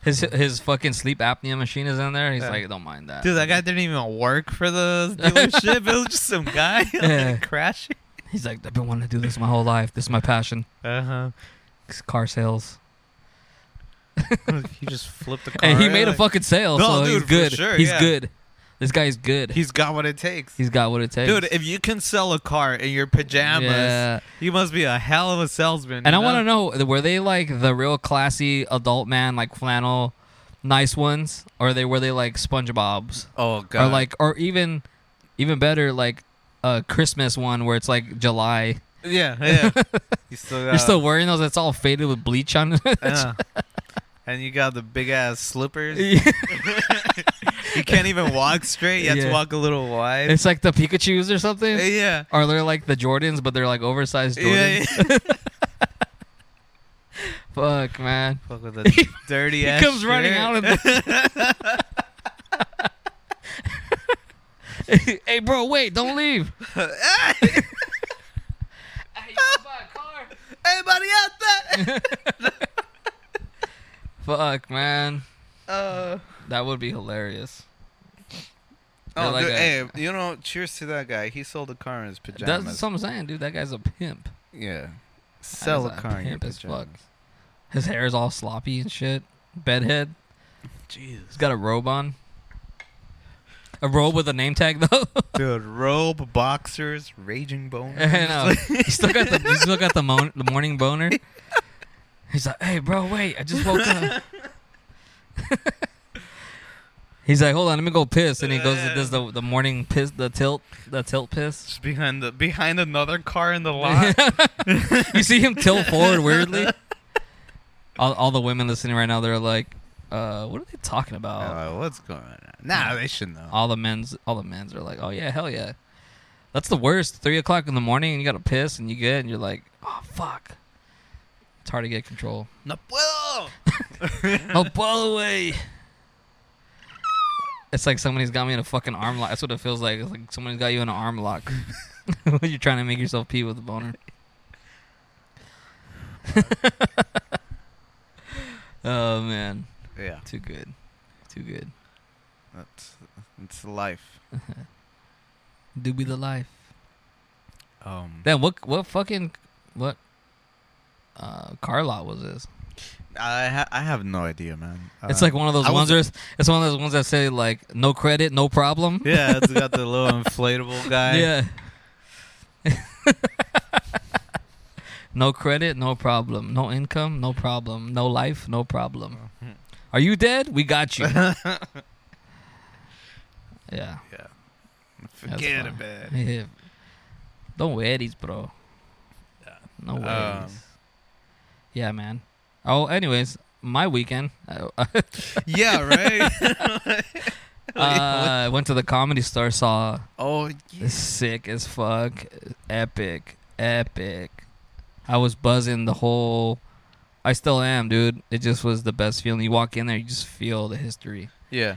[SPEAKER 3] his his fucking sleep apnea machine is in there. He's
[SPEAKER 2] Yeah.
[SPEAKER 3] like, I don't mind that.
[SPEAKER 2] Dude, that guy didn't even work for the dealership. it was just some guy like,
[SPEAKER 3] Yeah.
[SPEAKER 2] crashing.
[SPEAKER 3] He's like, I've been wanting to do this my whole life. This is my passion.
[SPEAKER 2] Uh huh.
[SPEAKER 3] It's car sales.
[SPEAKER 2] he just flipped the car.
[SPEAKER 3] And he made a
[SPEAKER 2] like,
[SPEAKER 3] fucking sale, so
[SPEAKER 2] No, dude,
[SPEAKER 3] he's good.
[SPEAKER 2] for sure,
[SPEAKER 3] he's
[SPEAKER 2] yeah.
[SPEAKER 3] good. This guy's good.
[SPEAKER 2] He's got what it takes.
[SPEAKER 3] he's got what it takes.
[SPEAKER 2] Dude, if you can sell a car in your pajamas,
[SPEAKER 3] Yeah.
[SPEAKER 2] you must be a hell of a salesman.
[SPEAKER 3] And I want to know were they like the real classy adult man like flannel nice ones or they were they like SpongeBob's
[SPEAKER 2] Oh god.
[SPEAKER 3] or like or even even better like a Christmas one where it's like July.
[SPEAKER 2] yeah, yeah. you still got
[SPEAKER 3] You're still wearing those that's all faded with bleach on it.
[SPEAKER 2] yeah. And you got the big ass slippers. You can't even walk straight. You have
[SPEAKER 3] Yeah.
[SPEAKER 2] to walk a little wide.
[SPEAKER 3] it's like the Pikachu's or something.
[SPEAKER 2] yeah.
[SPEAKER 3] Or they're like the Jordans but they're like oversized
[SPEAKER 2] Yeah,
[SPEAKER 3] Jordans. Fuck, man.
[SPEAKER 2] Fuck with the dirty ass.
[SPEAKER 3] he comes running out of the hey, bro, wait, don't leave.
[SPEAKER 2] hey, anybody out there?
[SPEAKER 3] Fuck, man,
[SPEAKER 2] Uh,
[SPEAKER 3] that would be hilarious.
[SPEAKER 2] oh,
[SPEAKER 3] They're like
[SPEAKER 2] dude,
[SPEAKER 3] a-
[SPEAKER 2] hey, you know, cheers to that guy. He sold a car in his pajamas.
[SPEAKER 3] That's what I'm saying, dude. That guy's a pimp.
[SPEAKER 2] yeah. Sell a
[SPEAKER 3] That guy's
[SPEAKER 2] car in your
[SPEAKER 3] uh, pimp as
[SPEAKER 2] pajamas.
[SPEAKER 3] fuck. His hair is all sloppy and shit. Bedhead.
[SPEAKER 2] Jesus.
[SPEAKER 3] He's got a robe on. A robe with a name tag though.
[SPEAKER 2] Dude, robe, boxers, raging bone.
[SPEAKER 3] and, uh, he still got the he still got the, mon- the morning boner. He's like, "Hey, bro, wait! I just woke up." He's like, "Hold on, let me go piss." And he goes, and "Does the the morning piss the tilt the tilt piss?"
[SPEAKER 2] Just behind the behind another car in the lot.
[SPEAKER 3] you see him tilt forward weirdly. All, all the women listening right now, they're like, uh, "What are they talking about?"
[SPEAKER 2] Uh, what's going on? Nah, they should know.
[SPEAKER 3] all the men's all the men's are like, oh yeah, hell yeah. That's the worst. Three o'clock in the morning and you gotta piss and you get and you're like, oh fuck. It's hard to get control.
[SPEAKER 2] No puedo.
[SPEAKER 3] oh ball away. It's like somebody's got me in a fucking arm lock. That's what it feels like. It's like somebody's got you in an arm lock. you're trying to make yourself pee with a boner. oh man,
[SPEAKER 2] Yeah,
[SPEAKER 3] too good, too good.
[SPEAKER 2] that's it's life.
[SPEAKER 3] Do be the life.
[SPEAKER 2] Um,
[SPEAKER 3] Then what? What fucking what? Uh, car lot was this?
[SPEAKER 2] I ha- I have no idea, man.
[SPEAKER 3] it's
[SPEAKER 2] Uh,
[SPEAKER 3] like one of those
[SPEAKER 2] I
[SPEAKER 3] ones.
[SPEAKER 2] was-
[SPEAKER 3] Where it's, it's one of those ones that say like no credit, no problem.
[SPEAKER 2] yeah, it's got the little inflatable guy.
[SPEAKER 3] yeah. no credit, no problem. No income, no problem. No life, no problem.
[SPEAKER 2] Uh-huh.
[SPEAKER 3] Are you dead? We got you. yeah.
[SPEAKER 2] yeah.
[SPEAKER 3] that's
[SPEAKER 2] Forget
[SPEAKER 3] fine.
[SPEAKER 2] about it.
[SPEAKER 3] Yeah. No worries, bro. No worries.
[SPEAKER 2] Um,
[SPEAKER 3] yeah, man. Oh, anyways, my weekend. uh, I-
[SPEAKER 2] yeah, right.
[SPEAKER 3] uh, I went to the comedy store, saw
[SPEAKER 2] oh, yeah.
[SPEAKER 3] sick as fuck, epic, epic. I was buzzing the whole. I still am, dude. It just was the best feeling. You walk in there, you just feel the history.
[SPEAKER 2] yeah.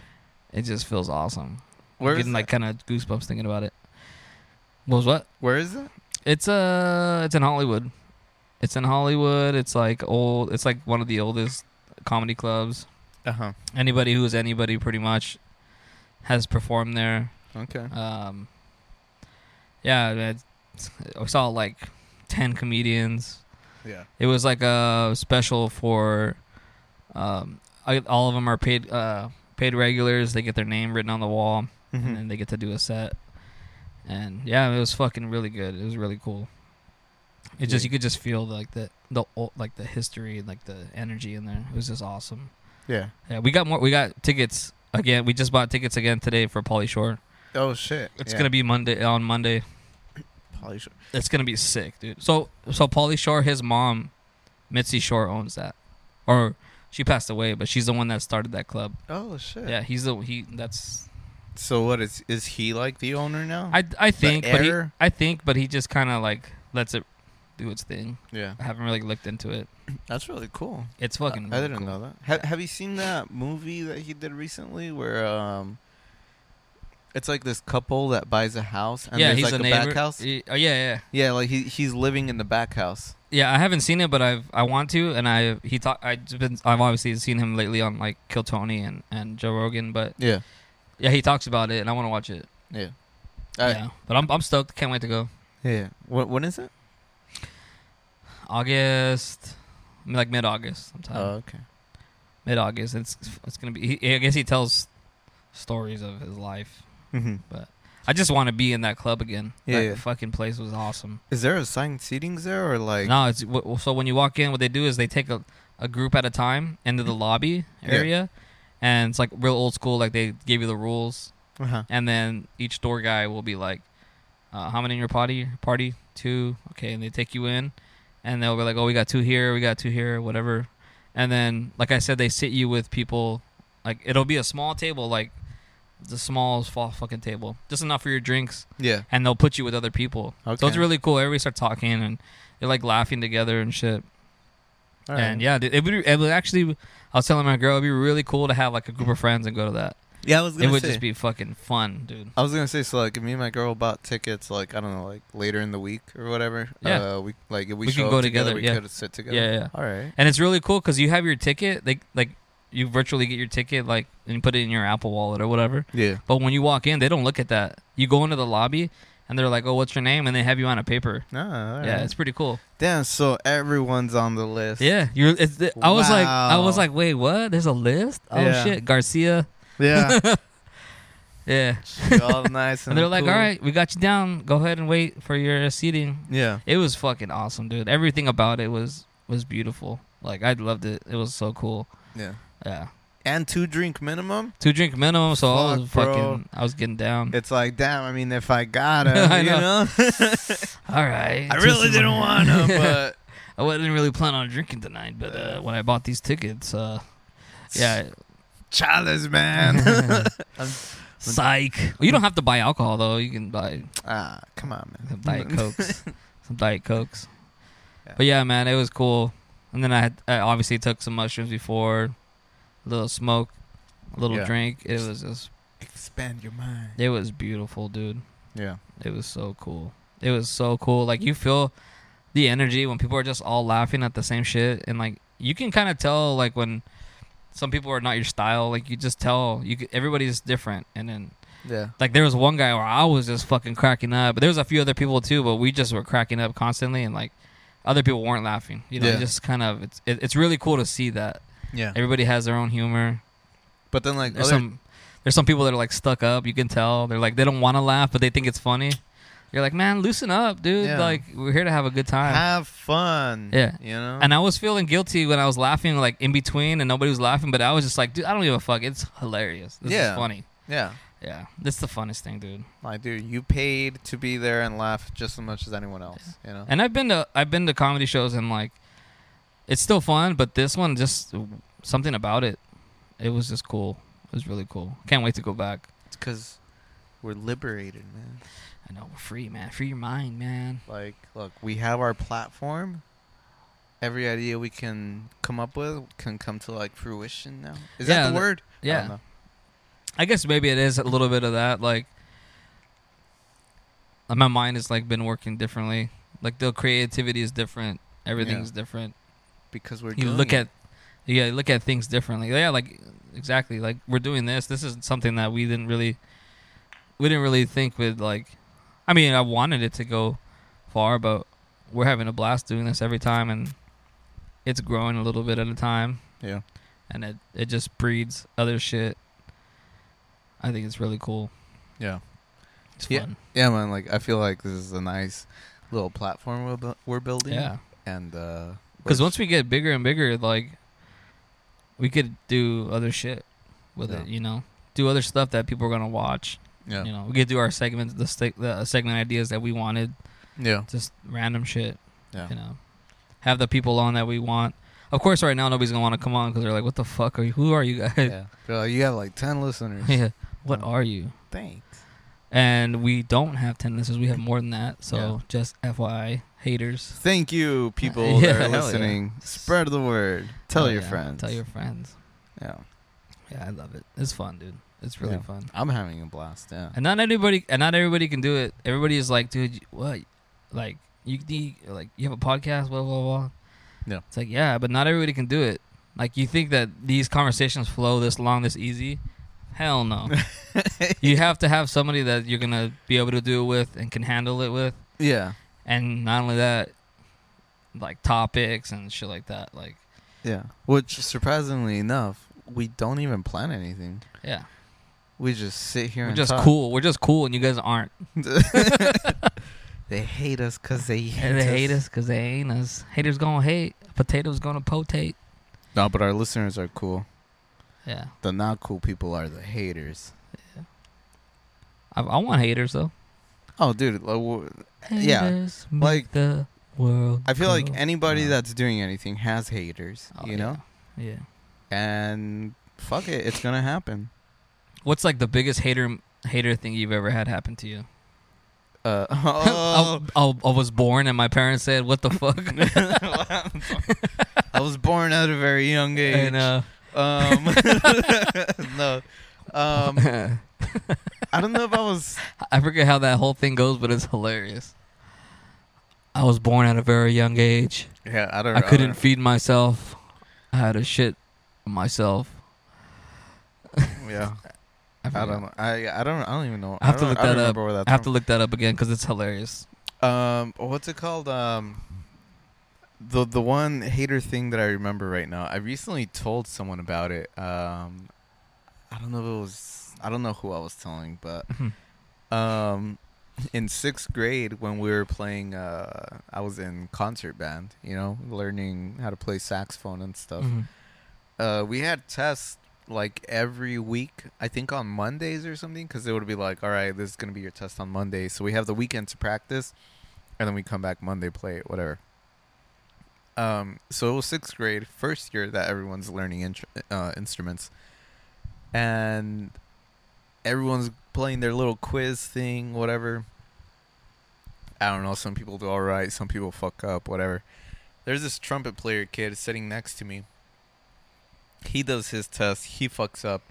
[SPEAKER 3] It just feels awesome.
[SPEAKER 2] Where
[SPEAKER 3] I'm
[SPEAKER 2] is
[SPEAKER 3] getting like
[SPEAKER 2] like
[SPEAKER 3] kind of goosebumps thinking about it. What was what?
[SPEAKER 2] where is it?
[SPEAKER 3] It's uh, it's in Hollywood. It's in Hollywood. It's like old. It's like one of the oldest comedy clubs.
[SPEAKER 2] Uh
[SPEAKER 3] Uh-huh.
[SPEAKER 2] huh.
[SPEAKER 3] Anybody who's anybody, pretty much, has performed there.
[SPEAKER 2] Okay.
[SPEAKER 3] Um, yeah, that's- I saw like ten comedians.
[SPEAKER 2] Yeah.
[SPEAKER 3] It was like a special for. Um, I, all of them are paid uh, paid regulars. They get their name written on the wall,
[SPEAKER 2] Mm-hmm.
[SPEAKER 3] and then they get to do a set. And yeah, it was fucking really good. It was really cool. It just
[SPEAKER 2] Yeah.
[SPEAKER 3] you could just feel like the the old, like the history, like the energy in there. It was just awesome.
[SPEAKER 2] Yeah.
[SPEAKER 3] Yeah, we got more. We got tickets again. We just bought tickets again today for Polly Shore.
[SPEAKER 2] Oh shit.
[SPEAKER 3] It's gonna be Monday on Monday.
[SPEAKER 2] Probably should.
[SPEAKER 3] It's gonna be sick, dude. So so Pauly Shore, his mom, Mitzi Shore owns that, or she passed away, but she's the one that started that club.
[SPEAKER 2] Oh shit.
[SPEAKER 3] Yeah, he's the he. That's
[SPEAKER 2] So what is is he like the owner now?
[SPEAKER 3] I I think, but he,
[SPEAKER 2] heir?
[SPEAKER 3] I think, but he just kind of like lets it do its thing.
[SPEAKER 2] yeah.
[SPEAKER 3] I haven't really looked into it.
[SPEAKER 2] That's really cool.
[SPEAKER 3] It's fucking.
[SPEAKER 2] Uh, I, I didn't
[SPEAKER 3] cool.
[SPEAKER 2] know that. Ha- have you seen that movie that he did recently where um it's like this couple that buys a house and
[SPEAKER 3] yeah,
[SPEAKER 2] there's
[SPEAKER 3] he's
[SPEAKER 2] like
[SPEAKER 3] a
[SPEAKER 2] a,
[SPEAKER 3] neighbor.
[SPEAKER 2] back house?
[SPEAKER 3] He- oh yeah, yeah,
[SPEAKER 2] Yeah, like he he's living in the back house.
[SPEAKER 3] yeah. I haven't seen it, but I've I want to, and I he thought I've been I've obviously seen him lately on like Kill Tony and and Joe Rogan, but
[SPEAKER 2] Yeah.
[SPEAKER 3] yeah, he talks about it, and I want to watch it.
[SPEAKER 2] Yeah. All right.
[SPEAKER 3] yeah, but I'm I'm stoked. Can't wait to go.
[SPEAKER 2] Yeah. yeah. What when is it?
[SPEAKER 3] August, like mid August, sometime.
[SPEAKER 2] Oh, okay.
[SPEAKER 3] mid August. It's it's gonna be. He, I guess he tells stories of his life.
[SPEAKER 2] Mhm.
[SPEAKER 3] I just want to be in that club again.
[SPEAKER 2] Yeah,
[SPEAKER 3] That
[SPEAKER 2] yeah.
[SPEAKER 3] fucking place was awesome.
[SPEAKER 2] Is there assigned seatings there or like
[SPEAKER 3] no, it's w- so when you walk in, what they do is they take a, a group at a time into the lobby
[SPEAKER 2] Mm-hmm. Yeah.
[SPEAKER 3] area, and it's like real old school. Like they give you the rules,
[SPEAKER 2] Uh-huh.
[SPEAKER 3] and then each door guy will be like, uh, "How many in your party? Party two, okay." And they take you in, and they'll be like, "Oh, we got two here, we got two here, whatever." And then, like I said, they sit you with people. Like it'll be a small table, like the smallest fa- fucking table, just enough for your drinks,
[SPEAKER 2] Yeah.
[SPEAKER 3] and they'll put you with other people. So it's
[SPEAKER 2] Okay.
[SPEAKER 3] really cool. Everybody starts talking and they're like laughing together and shit.
[SPEAKER 2] All right.
[SPEAKER 3] And yeah, dude, it would, it would actually. I was telling my girl it'd be really cool to have like a group of friends and go to that.
[SPEAKER 2] Yeah, I was
[SPEAKER 3] It
[SPEAKER 2] gonna
[SPEAKER 3] would
[SPEAKER 2] say.
[SPEAKER 3] just be fucking fun, dude.
[SPEAKER 2] I was gonna say so like if me and my girl bought tickets like I don't know like later in the week or whatever.
[SPEAKER 3] Yeah.
[SPEAKER 2] Uh, we like if we,
[SPEAKER 3] We
[SPEAKER 2] show
[SPEAKER 3] can
[SPEAKER 2] up
[SPEAKER 3] go
[SPEAKER 2] together,
[SPEAKER 3] together,
[SPEAKER 2] we
[SPEAKER 3] yeah.
[SPEAKER 2] could sit
[SPEAKER 3] Yeah,
[SPEAKER 2] together.
[SPEAKER 3] yeah. yeah.
[SPEAKER 2] All right.
[SPEAKER 3] And it's really cool because you have your ticket, like like you virtually get your ticket, like and you put it in your Apple Wallet or whatever.
[SPEAKER 2] Yeah.
[SPEAKER 3] But when you walk in, they don't look at that. You go into the lobby and they're like, "Oh, what's your name?" and they have you on a paper.
[SPEAKER 2] Nah, all right.
[SPEAKER 3] Yeah, it's pretty cool.
[SPEAKER 2] Damn. So everyone's on the list.
[SPEAKER 3] Yeah, you're. It's, I was like, I was
[SPEAKER 2] Wow.
[SPEAKER 3] like, wait, what? There's a list? Oh
[SPEAKER 2] Yeah.
[SPEAKER 3] shit, Garcia.
[SPEAKER 2] Yeah.
[SPEAKER 3] Yeah,
[SPEAKER 2] You're all nice. And,
[SPEAKER 3] and they're like,
[SPEAKER 2] cool.
[SPEAKER 3] all right, we got you down. Go ahead and wait for your seating.
[SPEAKER 2] Yeah.
[SPEAKER 3] It was fucking awesome, dude. Everything about it was was beautiful. Like I loved it. It was so cool.
[SPEAKER 2] Yeah.
[SPEAKER 3] Yeah,
[SPEAKER 2] And two drink minimum.
[SPEAKER 3] two drink minimum. So I was
[SPEAKER 2] Fuck, bro.
[SPEAKER 3] fucking, I was getting down.
[SPEAKER 2] It's like damn. I mean, if I gotta,
[SPEAKER 3] I
[SPEAKER 2] you
[SPEAKER 3] know.
[SPEAKER 2] know.
[SPEAKER 3] all right.
[SPEAKER 2] I really
[SPEAKER 3] Two-
[SPEAKER 2] didn't want to, but
[SPEAKER 3] I didn't really plan on drinking tonight, but uh, when I bought these tickets, uh, yeah,
[SPEAKER 2] chalice, man.
[SPEAKER 3] psych. You don't have to buy alcohol though. You can buy
[SPEAKER 2] ah, come on,
[SPEAKER 3] some
[SPEAKER 2] man.
[SPEAKER 3] diet cokes, some diet cokes.
[SPEAKER 2] Yeah.
[SPEAKER 3] But yeah, man, it was cool. And then I had I obviously took some mushrooms before, a little smoke, a little
[SPEAKER 2] Yeah.
[SPEAKER 3] drink. It was just
[SPEAKER 2] Expand your mind.
[SPEAKER 3] it was beautiful, dude.
[SPEAKER 2] Yeah.
[SPEAKER 3] It was so cool. It was so cool. Like you feel the energy when people are just all laughing at the same shit, and like you can kind of tell like when some people are not your style. Like you just tell you c- everybody's different, and then
[SPEAKER 2] Yeah.
[SPEAKER 3] like there was one guy where I was just fucking cracking up, but there was a few other people too, but we just were cracking up constantly, and like other people weren't laughing. You know,
[SPEAKER 2] Yeah.
[SPEAKER 3] just kind of it's it, it's really cool to see that
[SPEAKER 2] Yeah.
[SPEAKER 3] everybody has their own humor.
[SPEAKER 2] But then like
[SPEAKER 3] There's
[SPEAKER 2] other-
[SPEAKER 3] some there's some people that are like stuck up. You can tell they're like they don't want to laugh, but they think it's funny. You're like, man, loosen up, dude.
[SPEAKER 2] Yeah.
[SPEAKER 3] Like we're here to have a good time.
[SPEAKER 2] have fun.
[SPEAKER 3] Yeah.
[SPEAKER 2] You know?
[SPEAKER 3] and I was feeling guilty when I was laughing like in between, and nobody was laughing, but I was just like, dude, I don't give a fuck. It's hilarious. This
[SPEAKER 2] Yeah.
[SPEAKER 3] is funny.
[SPEAKER 2] yeah.
[SPEAKER 3] Yeah, that's the funnest thing, dude.
[SPEAKER 2] Like, dude, you paid to be there and laugh just as much as anyone else, you know?
[SPEAKER 3] And I've been to I've been to comedy shows and like it's still fun, but this one just something about it. It was just cool. It was really cool. Can't wait to go back.
[SPEAKER 2] It's because we're liberated, man.
[SPEAKER 3] I know we're free, man. Free your mind, man.
[SPEAKER 2] Like, look, we have our platform. Every idea we can come up with can come to like fruition now. Is
[SPEAKER 3] Yeah,
[SPEAKER 2] that the
[SPEAKER 3] the-
[SPEAKER 2] word? I
[SPEAKER 3] yeah.
[SPEAKER 2] don't know.
[SPEAKER 3] I guess maybe it is a little bit of that. Like like, my mind has like been working differently. Like the creativity is different. Everything's different.
[SPEAKER 2] Because we're
[SPEAKER 3] you
[SPEAKER 2] doing
[SPEAKER 3] look
[SPEAKER 2] it.
[SPEAKER 3] at yeah you look at things differently yeah like exactly like we're doing this this is something that we didn't really we didn't really think would like i mean i wanted it to go far but we're having a blast doing this every time and it's growing a little bit at a time
[SPEAKER 2] Yeah.
[SPEAKER 3] and it it just breeds other shit i think it's really cool
[SPEAKER 2] Yeah.
[SPEAKER 3] it's
[SPEAKER 2] Yeah.
[SPEAKER 3] fun
[SPEAKER 2] Yeah, man. Like, I feel like this is a nice little platform we're, bu- we're building.
[SPEAKER 3] yeah
[SPEAKER 2] And, uh,
[SPEAKER 3] because once we get bigger and bigger like we could do other shit with
[SPEAKER 2] Yeah.
[SPEAKER 3] it you know do other stuff that people are gonna watch
[SPEAKER 2] Yeah.
[SPEAKER 3] You know, we could do our segments, the, sta- the uh, segment ideas that we wanted,
[SPEAKER 2] Yeah.
[SPEAKER 3] just random shit.
[SPEAKER 2] Yeah.
[SPEAKER 3] You know, have the people on that we want. Of course, right now nobody's gonna want to come on because they're like, "What the fuck are you? Who are you guys?
[SPEAKER 2] Yeah. They're like, you have like 10 listeners.
[SPEAKER 3] Yeah. What are you?"
[SPEAKER 2] Thanks.
[SPEAKER 3] And we don't have ten listeners. We have more than that. So just FYI, haters.
[SPEAKER 2] Thank you,
[SPEAKER 3] yeah,
[SPEAKER 2] people that are
[SPEAKER 3] hell yeah.
[SPEAKER 2] listening. Spread the word. Tell
[SPEAKER 3] Hell
[SPEAKER 2] your
[SPEAKER 3] yeah,
[SPEAKER 2] friends.
[SPEAKER 3] Tell your friends.
[SPEAKER 2] yeah.
[SPEAKER 3] Yeah, I love it. It's fun, dude. It's really
[SPEAKER 2] Yeah.
[SPEAKER 3] fun.
[SPEAKER 2] I'm having a blast. Yeah.
[SPEAKER 3] And not everybody. And not everybody can do it. Everybody is like, dude, you- what? Like you need like you have a podcast, blah blah blah.
[SPEAKER 2] Yeah.
[SPEAKER 3] It's like yeah, but not everybody can do it. Like you think that these conversations flow this long, this easy? Hell no. you have to have somebody that you're gonna be able to do it with and can handle it with,
[SPEAKER 2] Yeah.
[SPEAKER 3] and not only that, like topics and shit like that. Like
[SPEAKER 2] Yeah. Which surprisingly enough, we don't even plan anything.
[SPEAKER 3] yeah,
[SPEAKER 2] We just sit here
[SPEAKER 3] we're
[SPEAKER 2] and
[SPEAKER 3] just
[SPEAKER 2] talk.
[SPEAKER 3] cool. We're just cool, and you guys aren't.
[SPEAKER 2] They hate us because they hate
[SPEAKER 3] And they
[SPEAKER 2] us.
[SPEAKER 3] hate us because they ain't us. Haters gonna hate. Potatoes gonna potate.
[SPEAKER 2] No, but our listeners are cool.
[SPEAKER 3] Yeah.
[SPEAKER 2] The not cool people are the haters.
[SPEAKER 3] I, I want haters though.
[SPEAKER 2] Oh, dude. like, w- Yeah,
[SPEAKER 3] Haters make
[SPEAKER 2] like-
[SPEAKER 3] the world.
[SPEAKER 2] I feel like
[SPEAKER 3] go
[SPEAKER 2] anybody
[SPEAKER 3] round.
[SPEAKER 2] that's doing anything has haters.
[SPEAKER 3] Oh,
[SPEAKER 2] you
[SPEAKER 3] yeah.
[SPEAKER 2] know,
[SPEAKER 3] Yeah.
[SPEAKER 2] and fuck it, it's gonna happen.
[SPEAKER 3] What's like the biggest hater hater thing you've ever had happen to you?
[SPEAKER 2] Uh, oh,
[SPEAKER 3] I, I, I was born and my parents said, "What the fuck?"
[SPEAKER 2] I was born at a very young age.
[SPEAKER 3] and uh,
[SPEAKER 2] Um, no,
[SPEAKER 5] Um, I don't know if I was.
[SPEAKER 3] I forget how that whole thing goes, but it's hilarious. I was born at a very young age.
[SPEAKER 2] Yeah, I don't.
[SPEAKER 3] I couldn't
[SPEAKER 2] don't-
[SPEAKER 3] feed myself. I had to shit myself.
[SPEAKER 2] yeah, I
[SPEAKER 3] forgot.
[SPEAKER 2] don't. know. I I don't. I don't even know.
[SPEAKER 3] I have to
[SPEAKER 2] don't-
[SPEAKER 3] look
[SPEAKER 2] I don't
[SPEAKER 3] that up.
[SPEAKER 2] remember where that's
[SPEAKER 3] I have to look that up again because it's hilarious.
[SPEAKER 2] Um, what's it called? Um, the the one hater thing that I remember right now. I recently told someone about it. Um, I don't know if it was. I don't know who I was telling, but
[SPEAKER 3] Mhm.
[SPEAKER 2] um, in sixth grade when we were playing, uh, I was in concert band. You know, learning how to play saxophone and stuff.
[SPEAKER 3] Mhm.
[SPEAKER 2] Uh, we had tests like every week. I think on Mondays or something, because it would be like, all right, this is gonna be your test on Monday. So we have the weekend to practice, and then we come back Monday, play it, whatever. Um, so it was sixth grade, first year that everyone's learning intr uh, instruments, and everyone's playing their little quiz thing, whatever. I don't know. Some people do all right, some people fuck up, whatever. There's this trumpet player kid sitting next to me he does his test, he fucks up,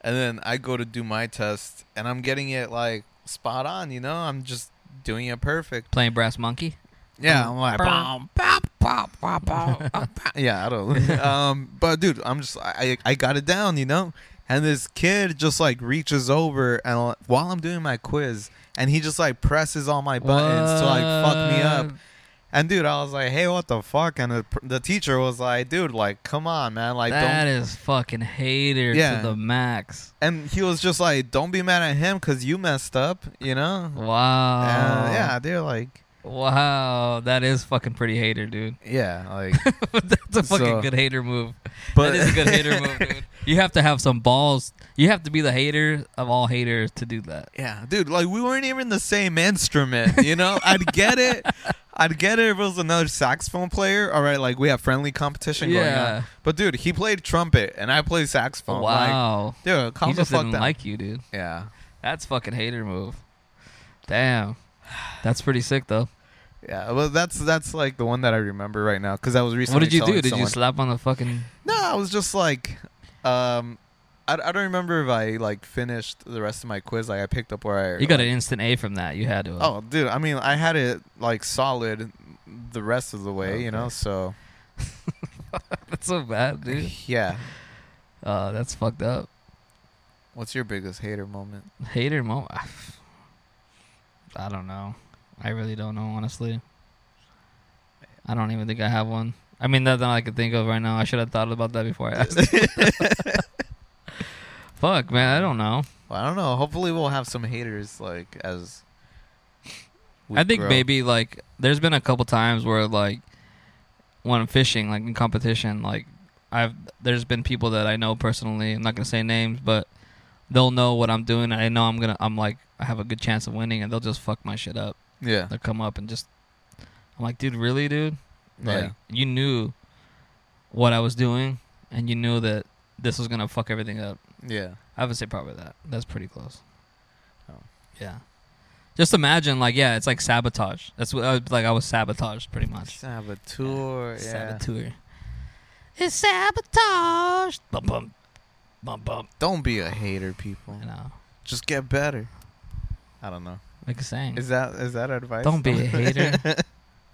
[SPEAKER 2] and then I go to do my test, and I'm getting it like spot on. You know, I'm just doing it perfect.
[SPEAKER 3] Playing brass monkey.
[SPEAKER 2] Yeah, I'm like, "Bom, bop, bop, bop, bop, bop." yeah, I don't. um, but dude, I'm just, I, I got it down, you know. And this kid just like reaches over and like, while I'm doing my quiz, and he just like presses all my buttons to like fuck me up.
[SPEAKER 3] What?
[SPEAKER 2] And dude, I was like, hey, what the fuck? And the, the teacher was like, dude, like, come on, man, like, don't
[SPEAKER 3] That is fucking hater
[SPEAKER 2] Yeah.
[SPEAKER 3] to the max.
[SPEAKER 2] and he was just like, "Don't be mad at him because you messed up," you know.
[SPEAKER 3] Wow.
[SPEAKER 2] Uh, yeah, they're like,
[SPEAKER 3] Wow. That is fucking pretty hater, dude.
[SPEAKER 2] yeah, like,
[SPEAKER 3] That's a fucking
[SPEAKER 2] So-
[SPEAKER 3] good hater move.
[SPEAKER 2] but
[SPEAKER 3] that is a good hater move, dude. You have to have some balls. You have to be the hater of all haters to do that.
[SPEAKER 2] yeah, dude, like we weren't even the same instrument, you know. I'd get it, I'd get it if it was another saxophone player. All right, like we have friendly competition going
[SPEAKER 3] Yeah. Oh,
[SPEAKER 2] on. But dude, he played trumpet and I played saxophone. Like,
[SPEAKER 3] wow.
[SPEAKER 2] dude, calm
[SPEAKER 3] he
[SPEAKER 2] the
[SPEAKER 3] just
[SPEAKER 2] fuck
[SPEAKER 3] didn't
[SPEAKER 2] down.
[SPEAKER 3] like you, dude.
[SPEAKER 2] yeah,
[SPEAKER 3] That's fucking hater move. Damn. That's pretty sick, though.
[SPEAKER 2] yeah. Well, that's that's like the one that I remember right now because I was recently.
[SPEAKER 3] What did you do?
[SPEAKER 2] telling
[SPEAKER 3] Did you
[SPEAKER 2] someone-
[SPEAKER 3] slap on the fucking?
[SPEAKER 2] No, I was just like, um, I, I don't remember if I like finished the rest of my quiz. Like I picked up where I.
[SPEAKER 3] You got an
[SPEAKER 2] like,
[SPEAKER 3] instant A from that. You had to. uh, have.
[SPEAKER 2] Oh, dude! I mean, I had it like solid the rest of the way, you
[SPEAKER 3] Oh,
[SPEAKER 2] know.
[SPEAKER 3] Okay.
[SPEAKER 2] So
[SPEAKER 3] that's so bad, dude.
[SPEAKER 2] yeah,
[SPEAKER 3] Uh, that's fucked up.
[SPEAKER 2] what's your biggest hater moment?
[SPEAKER 3] Hater moment. I don't know. I really don't know, honestly. I don't even think I have one. I mean, nothing I can think of right now. I should have thought about that before I asked. Fuck, man. I don't know.
[SPEAKER 2] Well, I don't know. Hopefully, we'll have some haters like as. we
[SPEAKER 3] I think
[SPEAKER 2] grow.
[SPEAKER 3] maybe like there's been a couple times where like when I'm fishing, like in competition, like I've there's been people that I know personally. I'm not gonna say names, but they'll know what I'm doing. and I know I'm gonna. I'm like I have a good chance of winning, and they'll just fuck my shit up.
[SPEAKER 2] Yeah,
[SPEAKER 3] They'll come up and just. I'm like, dude, really, dude? Like
[SPEAKER 2] yeah,
[SPEAKER 3] you knew what I was doing, and you knew that this was gonna fuck everything up.
[SPEAKER 2] yeah.
[SPEAKER 3] I would say probably that. That's pretty close.
[SPEAKER 2] Oh.
[SPEAKER 3] Yeah. Just imagine, like, yeah, it's like sabotage. That's what, I was, like, I was sabotaged pretty much.
[SPEAKER 2] Saboteur. Yeah.
[SPEAKER 3] Saboteur. It's sabotage. Bum bum, bum bum.
[SPEAKER 2] Don't be a hater, people.
[SPEAKER 3] You know,
[SPEAKER 2] Just get better. I don't know.
[SPEAKER 3] like a saying.
[SPEAKER 2] Is that is that advice?
[SPEAKER 3] Don't be a hater.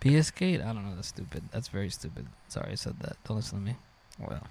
[SPEAKER 3] be a skate. I don't know. That's stupid. That's very stupid. Sorry, I said that. Don't listen to me.
[SPEAKER 2] Well,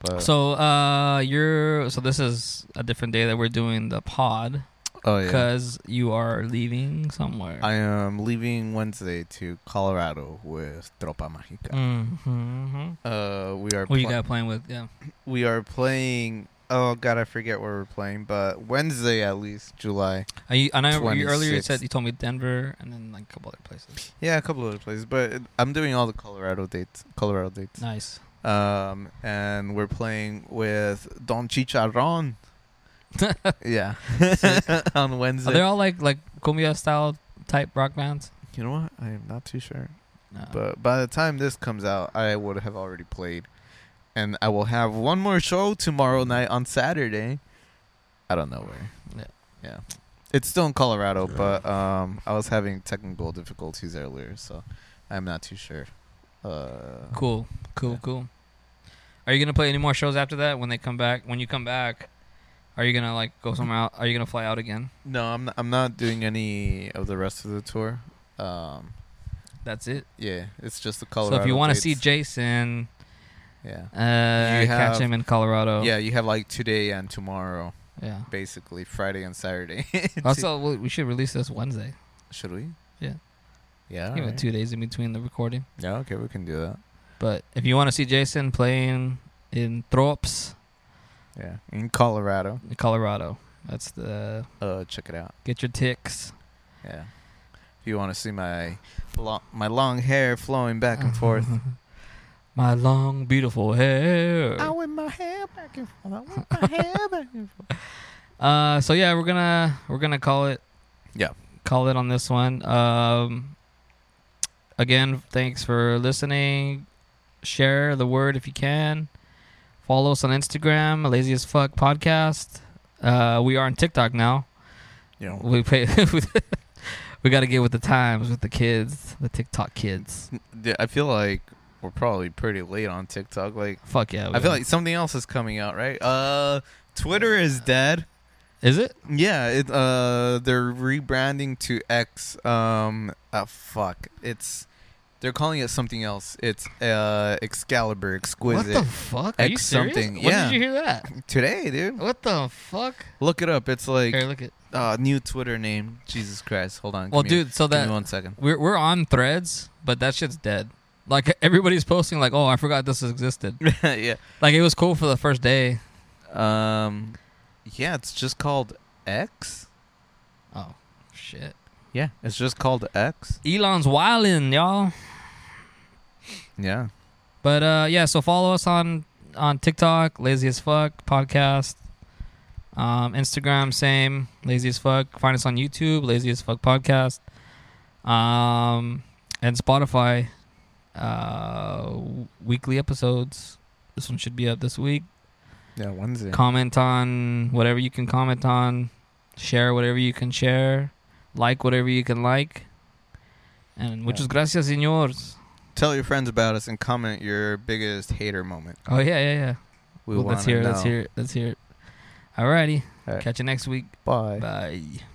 [SPEAKER 2] but
[SPEAKER 3] so, uh, you're. So this is a different day that we're doing the pod
[SPEAKER 2] oh yeah,
[SPEAKER 3] because you are leaving somewhere.
[SPEAKER 2] I am leaving Wednesday to Colorado with Tropa Mágica.
[SPEAKER 3] Mm-hmm.
[SPEAKER 2] Uh, we are
[SPEAKER 3] Mm. Who you
[SPEAKER 2] pla-
[SPEAKER 3] got playing with? Yeah.
[SPEAKER 2] we are playing. Oh god, I forget where we're playing, but Wednesday at least July.
[SPEAKER 3] Are you, I know you earlier you
[SPEAKER 2] 26th.
[SPEAKER 3] said you told me Denver and then like a couple other places.
[SPEAKER 2] Yeah, a couple other places, but I'm doing all the Colorado dates. Colorado dates.
[SPEAKER 3] Nice.
[SPEAKER 2] Um, and we're playing with Don Chicharron. yeah, on
[SPEAKER 3] Are
[SPEAKER 2] Wednesday.
[SPEAKER 3] they all like like cumbia style type rock bands?
[SPEAKER 2] you know what? I am not too sure.
[SPEAKER 3] No.
[SPEAKER 2] But by the time this comes out, I would have already played. And I will have one more show tomorrow night on Saturday. I don't know where.
[SPEAKER 3] Yeah.
[SPEAKER 2] Yeah. It's still in Colorado, but um, I was having technical difficulties earlier, so I'm not too sure. Uh,
[SPEAKER 3] cool, cool,
[SPEAKER 2] Yeah.
[SPEAKER 3] cool. Are you gonna play any more shows after that when they come back? When you come back, Are you gonna like go somewhere out? Are you gonna fly out again?
[SPEAKER 2] No, I'm not, I'm not doing any of the rest of the tour. Um,
[SPEAKER 3] That's it.
[SPEAKER 2] yeah, it's just the Colorado.
[SPEAKER 3] so if you want to
[SPEAKER 2] dates.
[SPEAKER 3] see Jason,
[SPEAKER 2] yeah,
[SPEAKER 3] uh, catch
[SPEAKER 2] have-
[SPEAKER 3] him in Colorado.
[SPEAKER 2] yeah, you have like today and tomorrow,
[SPEAKER 3] yeah.
[SPEAKER 2] basically Friday and Saturday.
[SPEAKER 3] Also, we- we should release this Wednesday.
[SPEAKER 2] should we?
[SPEAKER 3] Oh, Yeah.
[SPEAKER 2] Yeah.
[SPEAKER 3] Give it
[SPEAKER 2] alright.
[SPEAKER 3] two days in between the recording.
[SPEAKER 2] Yeah. Okay, we can do that.
[SPEAKER 3] But if you want to see Jason playing in Throps,
[SPEAKER 2] Yeah, in Colorado.
[SPEAKER 3] Colorado, that's the
[SPEAKER 2] Uh, check it out.
[SPEAKER 3] get your ticks.
[SPEAKER 2] Yeah. If you want to see my lo- my long hair flowing back and forth.
[SPEAKER 3] Uh-huh. My long, beautiful hair.
[SPEAKER 2] went my hair back and forth. I went my hair back and forth.
[SPEAKER 3] Uh, so yeah, we're gonna we're gonna call it.
[SPEAKER 2] Yeah.
[SPEAKER 3] Call it on this one. Um, again, thanks for listening. Share the word if you can. Follow us on Instagram, Lazy as Fuck Podcast. Uh, we are on TikTok now.
[SPEAKER 2] You know,
[SPEAKER 3] We pay. we got to get with the times, with the kids, the TikTok kids.
[SPEAKER 2] d- I feel like we're probably pretty late on TikTok. Like,
[SPEAKER 3] Fuck yeah. we
[SPEAKER 2] I feel
[SPEAKER 3] are.
[SPEAKER 2] like something else is coming out, right? Uh, Twitter is dead.
[SPEAKER 3] Is it?
[SPEAKER 2] Yeah, it uh they're rebranding to X um uh fuck. It's they're calling it something else. It's uh Excalibur,
[SPEAKER 3] What
[SPEAKER 2] Exquisite.
[SPEAKER 3] the fuck? Are you
[SPEAKER 2] X
[SPEAKER 3] serious?
[SPEAKER 2] something,
[SPEAKER 3] When
[SPEAKER 2] yeah.
[SPEAKER 3] did you hear that?
[SPEAKER 2] Today, dude.
[SPEAKER 3] What the fuck?
[SPEAKER 2] Look it up. It's like
[SPEAKER 3] Here, look at.
[SPEAKER 2] uh new Twitter name. Jesus Christ. Hold on.
[SPEAKER 3] Well,
[SPEAKER 2] give me-
[SPEAKER 3] dude, so
[SPEAKER 2] give me
[SPEAKER 3] that
[SPEAKER 2] one second.
[SPEAKER 3] we're we're on threads, but that shit's dead. Like everybody's posting, like, oh, I forgot this existed.
[SPEAKER 2] yeah.
[SPEAKER 3] like it was cool for the first day.
[SPEAKER 2] Um yeah, it's just called X.
[SPEAKER 3] Oh shit,
[SPEAKER 2] Yeah, it's just called X.
[SPEAKER 3] Elon's wildin', y'all.
[SPEAKER 2] Yeah.
[SPEAKER 3] But uh, yeah, so follow us on on TikTok, lazy as fuck podcast. Um, Instagram, same, lazy as fuck. Find us on YouTube, lazy as fuck podcast. Um, and Spotify, uh, weekly episodes. This one should be up this week.
[SPEAKER 2] Yeah, Wednesday.
[SPEAKER 3] comment on whatever you can comment on, share whatever you can share, like whatever you can like. And muchas gracias, señores.
[SPEAKER 2] Tell your friends about us and comment your biggest hater moment.
[SPEAKER 3] Oh yeah, yeah, yeah.
[SPEAKER 2] We
[SPEAKER 3] well, let's
[SPEAKER 2] wanna
[SPEAKER 3] hear it. Let's
[SPEAKER 2] know.
[SPEAKER 3] hear it. Let's hear it. Alrighty.
[SPEAKER 2] Alright.
[SPEAKER 3] Catch you next week. Bye.